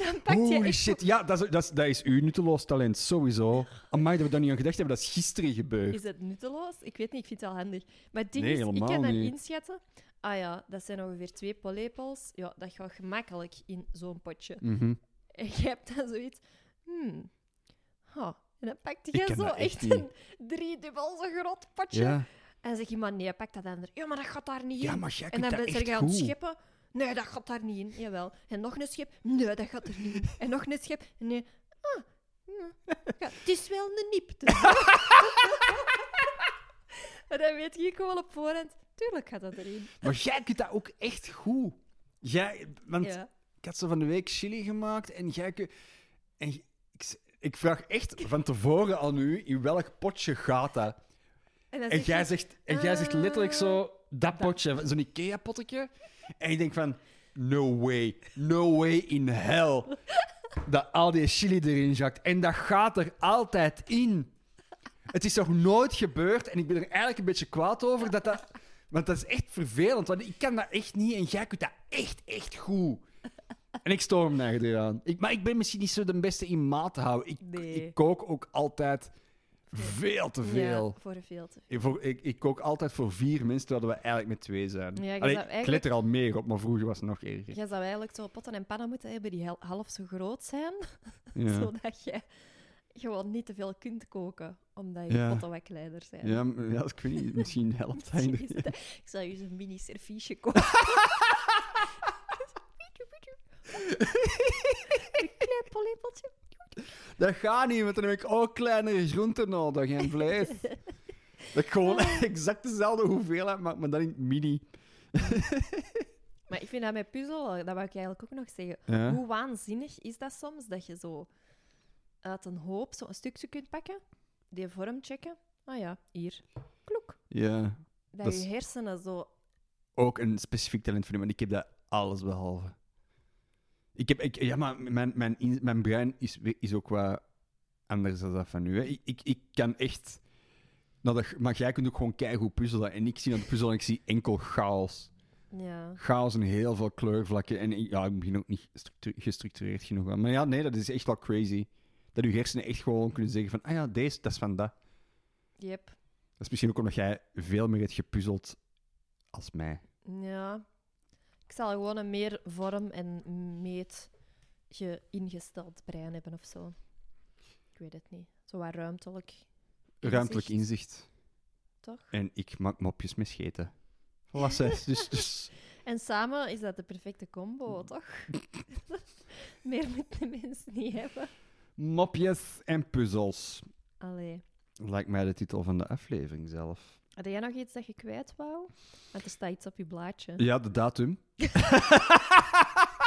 Dan pak je Holy echt shit. Ja, dat is, dat, is, dat is uw nutteloos talent, sowieso. Amai, dat we daar niet aan gedacht hebben, dat is gisteren gebeurd. Is het nutteloos? Ik weet niet, ik vind het wel handig. Maar het ding Nee, is, ik helemaal kan dan niet. inschatten. Ah ja, dat zijn ongeveer twee pollepels. Ja, dat gaat gemakkelijk in zo'n potje. Mhm. En je hebt dan zoiets... Hmm. Ha. En dan pakte Ik jij ken zo dat echt echt een driedubbel zo groot potje. Ja. En dan zeg je, maar nee, pak dat ander. Ja, maar dat gaat daar niet ja, in. maar jij en kunt dan dat ben- zeg echt je aan het goed. scheppen. Nee, dat gaat daar niet in. Jawel. En nog een schep. Nee, dat gaat er niet in. En nog een schep. Nee. Ah, ja. Ja, het is wel een niepte. en dan weet je gewoon op voorhand. Tuurlijk gaat dat erin. Maar jij kunt dat ook echt goed. Jij, want Ja. ik had zo van de week chili gemaakt en jij kunt... En j- ik, z- ik vraag echt van tevoren aan u, in welk potje gaat dat? En, dan En zeg je, jij zegt, en jij zegt letterlijk zo dat dat. potje, zo'n Ikea-pottetje. En ik denk van, no way, no way in hell. Dat al die chili erin zakt. En dat gaat er altijd in. Het is nog nooit gebeurd en ik ben er eigenlijk een beetje kwaad over. Dat dat, want dat is echt vervelend, want ik kan dat echt niet en jij kunt dat echt, echt goed. En ik stoor hem daar eraan. Ik, maar ik ben misschien niet zo de beste in maat te houden. Ik, Nee. ik kook ook altijd veel te veel. Ja, voor veel te Ik, voor, ik, ik kook altijd voor vier mensen, terwijl we eigenlijk met twee zijn. Ja, je Allee, zou Ik eigenlijk- let er al meer op, maar vroeger was het nog erger. Jij zou eigenlijk zo potten en pannen moeten hebben die hel- half zo groot zijn. Ja. Zodat je gewoon niet te veel kunt koken, omdat je Ja. potten wat kleiner zijn. Ja, m- ja, ik weet niet, misschien helpt hij. Misschien er- is het- Ik zou je eens een mini serviesje kopen. een klein pollepeltje. Dat gaat niet, want dan heb ik ook kleinere groenten nodig en vlees. Dat ik gewoon exact dezelfde hoeveelheid maak, maar dan in het mini. Maar ik vind dat met puzzelen, dat wou ik eigenlijk ook nog zeggen. Ja. Hoe waanzinnig is dat soms dat je zo uit een hoop zo een stukje kunt pakken, die vorm checken. Ah ja, hier. Kloek. ja. Dat, Dat je is- hersenen zo. Ook een specifiek talent voor die, maar ik heb dat alles behalve. Ik heb, ik, ja, maar mijn, mijn, in- mijn brein is, we- is ook wat anders dan dat van nu. Hè. Ik, ik, ik kan echt... Nou, dat, maar jij kunt ook gewoon keigoed puzzelen. En ik zie aan het puzzelen en ik zie enkel chaos. Ja. Chaos en heel veel kleurvlakken. En ik- ja, ik begin ook niet structu- gestructureerd genoeg aan. Maar ja, nee, dat is echt wel crazy. Dat je hersenen echt gewoon kunnen zeggen van... Ah ja, deze, dat is van dat. Yep. Dat is misschien ook omdat jij veel meer hebt gepuzzeld als mij. Ja. Ik zal gewoon een meer vorm en meet je ingesteld brein hebben of zo. Ik weet het niet. Zo wat ruimtelijk. Ruimtelijk Inzicht. inzicht. Toch? En ik maak mopjes met scheten. Voilà, zes. Dus, dus En samen is dat de perfecte Mm. combo, toch? meer moeten de mensen niet hebben. mopjes en puzzels. Allee. Lijkt mij de titel van de aflevering zelf. Had jij nog iets dat je kwijt wou? Want er staat iets op je blaadje. Ja, de datum.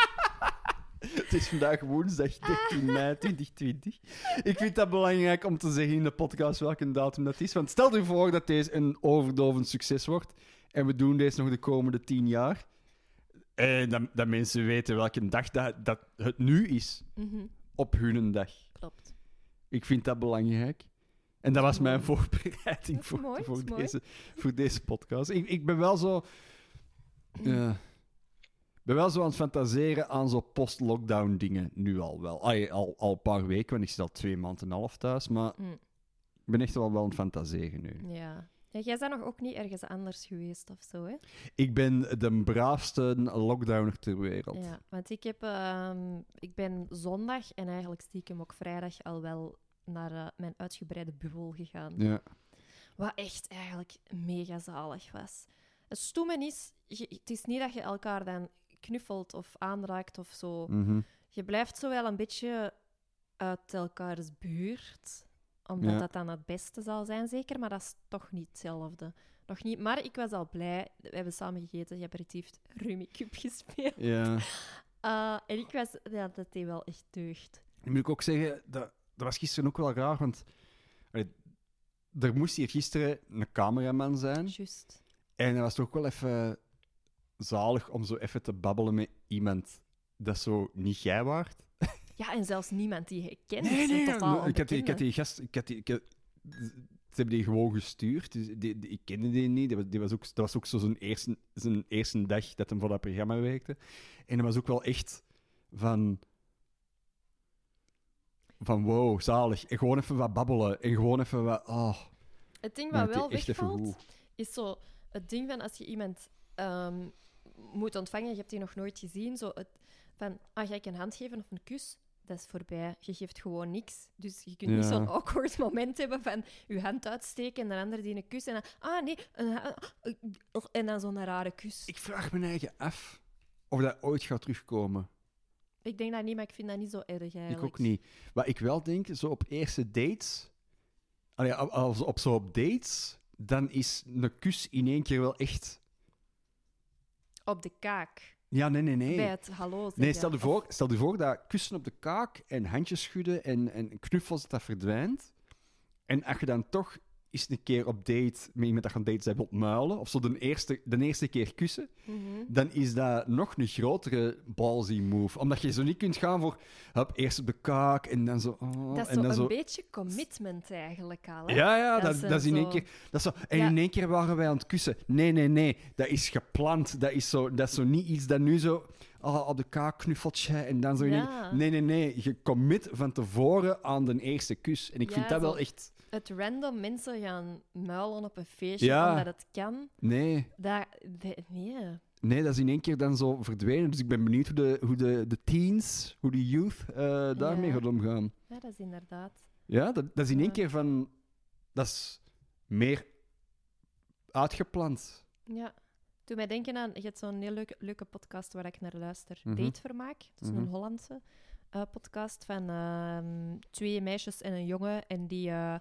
Het is vandaag woensdag 13 mei 2020. Ik vind dat belangrijk om te zeggen in de podcast welke datum dat is. Want stel je voor dat deze een overdovend succes wordt. En we doen deze nog de komende 10 jaar. En dat, dat mensen weten welke dag dat, dat het nu is. Mhm, Op hun dag. klopt. Ik vind dat belangrijk. En dat was mijn mooi. voorbereiding Dat is voor, mooi, dat voor, is mooi. deze, voor deze podcast. Ik, ik ben wel zo. eh, ben wel zo aan het fantaseren aan zo'n post-lockdown dingen. Nu al wel. Ai, al, al een paar weken, want ik zit al twee maanden en een half thuis. Maar Mm. ik ben echt wel wel aan het fantaseren nu. Ja. Ja, Jij bent nog ook niet ergens anders geweest of zo, hè? Ik ben de braafste lockdowner ter wereld. Ja, want ik, heb, ehm, ik ben zondag en eigenlijk stiekem ook vrijdag al wel naar eh, mijn uitgebreide bubbel gegaan. Ja. Wat echt eigenlijk mega zalig was. Het stoemen is, je- het is niet dat je elkaar dan knuffelt of aanraakt of zo. Mhm. Je blijft zo wel een beetje uit elkaars buurt, omdat Ja. dat dan het beste zal zijn, zeker. Maar dat is toch niet hetzelfde. Nog niet, maar ik was al blij. We hebben samen gegeten, geaperitief, Rummy Cup gespeeld. Ja. Eh, en ik was, ja, dat deed wel echt deugd. Nu moet ik ook zeggen, dat, dat was gisteren ook wel raar, want allee, er moest hier gisteren een cameraman zijn. Juist. En dat was toch ook wel even zalig om zo even te babbelen met iemand dat zo niet jij waart. Ja, en zelfs niemand die je kent. Nee, nee, dus Een nee. totaal ik, had die, ik onbekende. had die gast... Ik had die, ik had- ze hebben die gewoon gestuurd. Dus die, die- ik kende die niet. Die was, die was ook, dat was ook zo zijn eerste, zijn eerste dag dat hem voor dat programma werkte. En dat was ook wel echt van... Van wow, zalig. En gewoon even wat babbelen. En gewoon even wat... Oh, Het ding maar wat het wel deed echt even wegvalt, goed. is zo het ding van als je iemand ehm, moet ontvangen, je hebt die nog nooit gezien, zo het, van, ah, ga ik een hand geven of een kus? Dat is voorbij. Je geeft gewoon niks. Dus je kunt niet Ja. zo'n awkward moment hebben van je hand uitsteken en de ander die een kus en dan, ah nee, een ha- eh, en dan zo'n rare kus. Ik, Ik vraag mijn eigen af of dat ooit gaat terugkomen. denk dat niet, maar ik vind dat niet zo erg eigenlijk. Ik ook niet. Wat ik wel denk, zo op eerste dates, allee, al- als op zo op dates, dan is een kus in één keer wel echt. Op de kaak. Ja, nee, nee, Bij nee. het hallo zeggen. Nee, stel je Of- voor, stel je voor dat kussen op de kaak en handjes schudden en, en knuffels dat dat verdwijnt. En als je dan toch eens een keer op date met iemand dat gaan daten zijn wilt muilen, of zo de eerste, de eerste keer kussen, Mhm. dan is dat nog een grotere ballsy move. Omdat je zo niet kunt gaan voor, hup, eerst op de kaak en dan zo... oh, Dat is en zo dan een zo beetje commitment eigenlijk al. hè? Ja, ja, Dat dat, ze dat is in één zo- keer. Dat is zo, en Ja. in één keer waren wij aan het kussen. Nee, nee, nee. Dat is gepland. Dat is zo, dat is zo niet iets dat nu zo ah, op de kaak knuffeltje en dan zo. in één- Ja. Nee, nee, nee. Je commit van tevoren aan de eerste kus. En ik Ja, vind dat zo. wel echt. Het random mensen gaan muilen op een feestje Ja. omdat het kan. Nee. Dat, de- nee. Nee, dat is in één keer dan zo verdwenen. Dus ik ben benieuwd hoe de, hoe de, de teens, hoe de youth eh, daarmee Ja. gaat omgaan. Ja, dat is inderdaad. Ja, dat, dat is in één Ja. keer van. Dat is meer uitgepland. Ja. Doe mij denken aan, je hebt zo'n heel leuke, leuke podcast waar ik naar luister. Mhm. Datevermaak. Dat is Mhm. een Hollandse eh, podcast van ehm, twee meisjes en een jongen. En die, eh,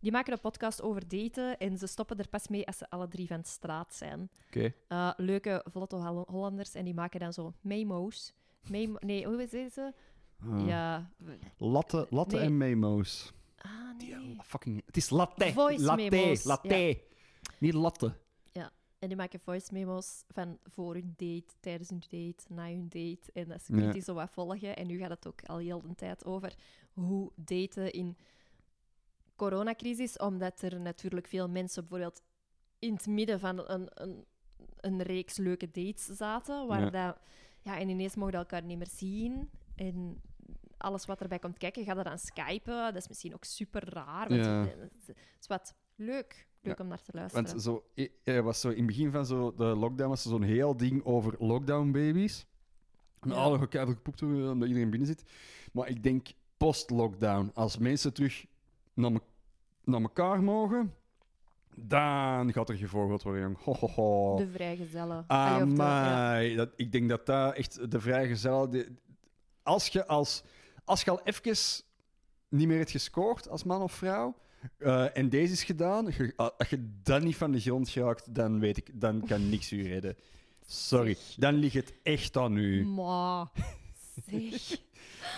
die maken een podcast over daten. En ze stoppen er pas mee als ze alle drie van straat zijn. Oké. Eh, leuke, vlotte Hol- Hollanders. En die maken dan zo memo's. Memo nee, hoe is ze? Hmm. Ja. Latte, latte Nee. en memo's. Ah, Die, nee. eh, fucking, het is latte. Voice latte, memos, latte. Niet latte. En die maken voice memos van voor hun date, tijdens hun date, na hun date. En dat is- je Ja. kunt die zo wat volgen. En nu gaat het ook al heel de tijd over hoe daten in coronacrisis. Omdat er natuurlijk veel mensen bijvoorbeeld in het midden van een, een, een reeks leuke dates zaten. Waar Dat, ja, en ineens mochten elkaar niet meer zien. En alles wat erbij komt kijken, gaat er dan skypen. Dat is misschien ook super raar. Want Ja. het, het is wat leuk. Leuk om naar te luisteren. Want zo, eh, eh, was zo, in het begin van zo de lockdown was er zo'n heel ding over lockdown baby's. En Ja. alle gekijver gepoept worden omdat iedereen binnen zit. Maar ik denk post-lockdown, als mensen terug naar, me- naar elkaar mogen, dan gaat er gevolgd worden, jong. Ho, ho, ho. De vrijgezellen. Allee, of de- ja. Ah, Amai, dat, ik denk dat daar echt de vrijgezel... de- als, je als, als je al even niet meer hebt gescoord als man of vrouw, eh, en deze is gedaan, ge- a- als je dan niet van de grond raakt, dan weet ik, dan kan niks u redden. Sorry, dan ligt het echt aan u. Ma, zeg.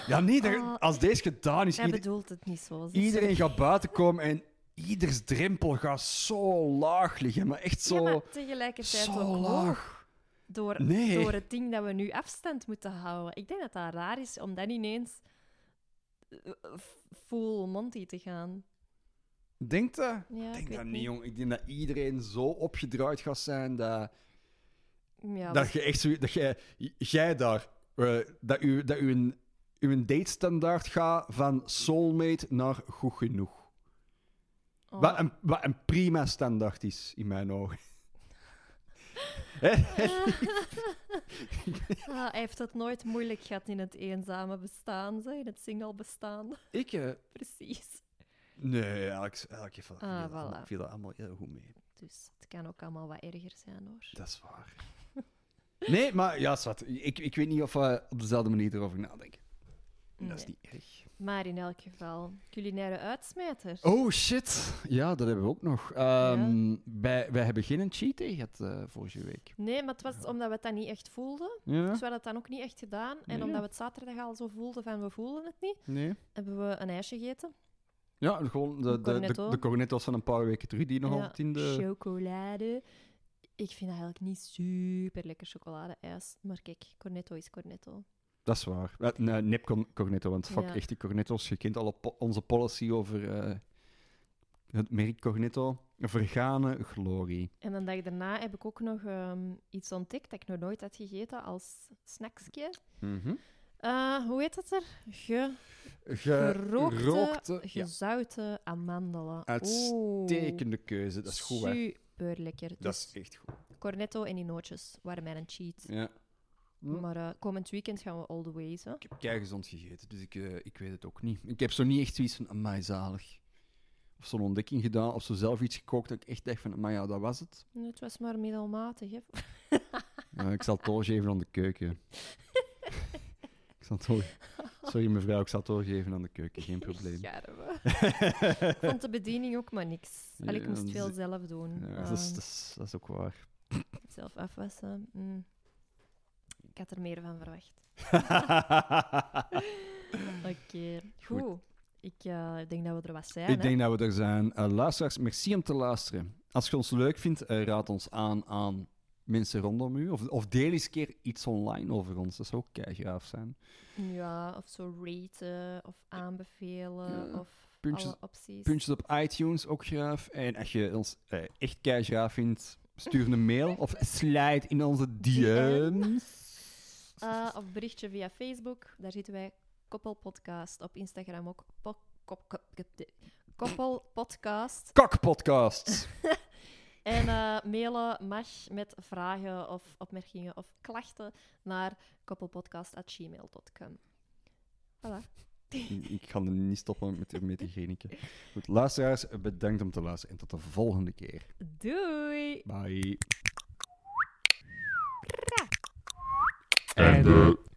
Ja, nee, daar- Ah. als deze gedaan is, Hij ieder- bedoelt het niet zo. zeg. iedereen gaat buiten komen en ieders drempel gaat zo laag liggen, maar echt Ja, zo, maar tegelijkertijd zo ook hoog. laag. Door, Nee. door het ding dat we nu afstand moeten houden. Ik denk dat dat raar is om dan ineens eh, f- full Monty te gaan. Denk dat? Ja, Ik denk weet dat niet, jong. Ik denk dat iedereen zo opgedraaid gaat zijn dat, Ja, dat je echt zo... Dat jij, jij daar... eh, dat u, dat u een, uw datestandaard gaat van soulmate naar goed genoeg. oh. Wat, een, wat een prima standaard is, in mijn ogen. Ah, hij heeft het nooit moeilijk gehad in het eenzame bestaan, zo, in het single bestaan. Ik, eh, Precies. Nee, eigenlijk, eigenlijk heeft dat- Ah, viel, dat allemaal- voilà. viel dat allemaal heel goed mee. Dus het kan ook allemaal wat erger zijn hoor. Dat is waar. Nee, maar ja, zwart. Ik, ik weet niet of we op dezelfde manier erover nadenken. Dat is Nee. niet erg. Maar in elk geval, culinaire uitsmijter. Oh shit. Ja, dat hebben we ook nog. Ehm, wij, wij hebben geen cheat day gehad eh, vorige week. Nee, maar het was omdat we het dan niet echt voelden. Ja? Dus we hadden het dan ook niet echt gedaan. En Nee. omdat we het zaterdag al zo voelden van we voelen het niet, Nee. hebben we een ijsje gegeten. Ja, gewoon de, de, de, Cornetto. de cornet was van een paar weken terug, die nog Ja, altijd in de. Chocolade. Ik vind dat eigenlijk niet super lekker chocolade-ijs. Maar kijk, cornetto is cornetto. Dat is waar. Eh, Nee, nep corn- cornetto, want fuck Ja. echte cornetto's. Je kent alle po- onze policy over eh, het merk cornetto. Vergane glorie. En dan dag daarna heb ik ook nog ehm, iets ontdekt dat ik nog nooit had gegeten als snacksje. Mhm. Eh, hoe heet dat er? Ge- gerookte, Eh, Gerookte, ja. gezouten amandelen. Uitstekende keuze. Dat is goed, hè? Super lekker. Dus Dat is echt goed. Cornetto en die nootjes waren mijn cheat. Ja. Mm. Maar eh, komend weekend gaan we all the ways. Hè? Ik heb keigezond gegeten, dus ik, eh, ik weet het ook niet. Ik heb zo niet echt zoiets van, amai, zalig. Of zo'n ontdekking gedaan, of zo zelf iets gekookt, dat ik echt dacht van, amai, ja, dat was het. Nee, Het was maar middelmatig. Hè? Ja, ik zal het doorgeven aan de keuken. ik zal het door... Sorry mevrouw, ik zal het doorgeven aan de keuken, geen probleem. Garme. Ik vond de bediening ook maar niks. Al dus ik Ja, moest dat veel is- zelf doen. Ja, dat, is, Ehm, dat, is, dat is ook waar. Zelf afwassen. mm. Ik had er meer van verwacht. Oké, goed. Ik eh, denk dat we er wat zijn. ik hè? denk dat we er zijn. Eh, luisteraars, merci om te luisteren. Als je ons leuk vindt, eh, raad ons aan aan mensen rondom u. Of, of deel eens een keer iets online over ons. Dat zou ook keigraaf zijn. Ja, of zo raten, of aanbevelen, Ja, of puntjes- alle opties. Puntjes op iTunes, ook graaf. En als je ons eh, echt keigraaf vindt, stuur een mail of slide in onze DM's. Eh, of berichtje via Facebook. Daar zitten wij koppelpodcast. Op Instagram ook po- kop- kop- kop- de- koppelpodcast. Kakpodcast. En eh, mailen mag met vragen of opmerkingen of klachten naar koppelpodcast.gmail.com. Voilà. Ik ga er niet stoppen met ermee te genieken. Goed, luisteraars, bedankt om te luisteren en tot de volgende keer. Doei! Bye. Einde.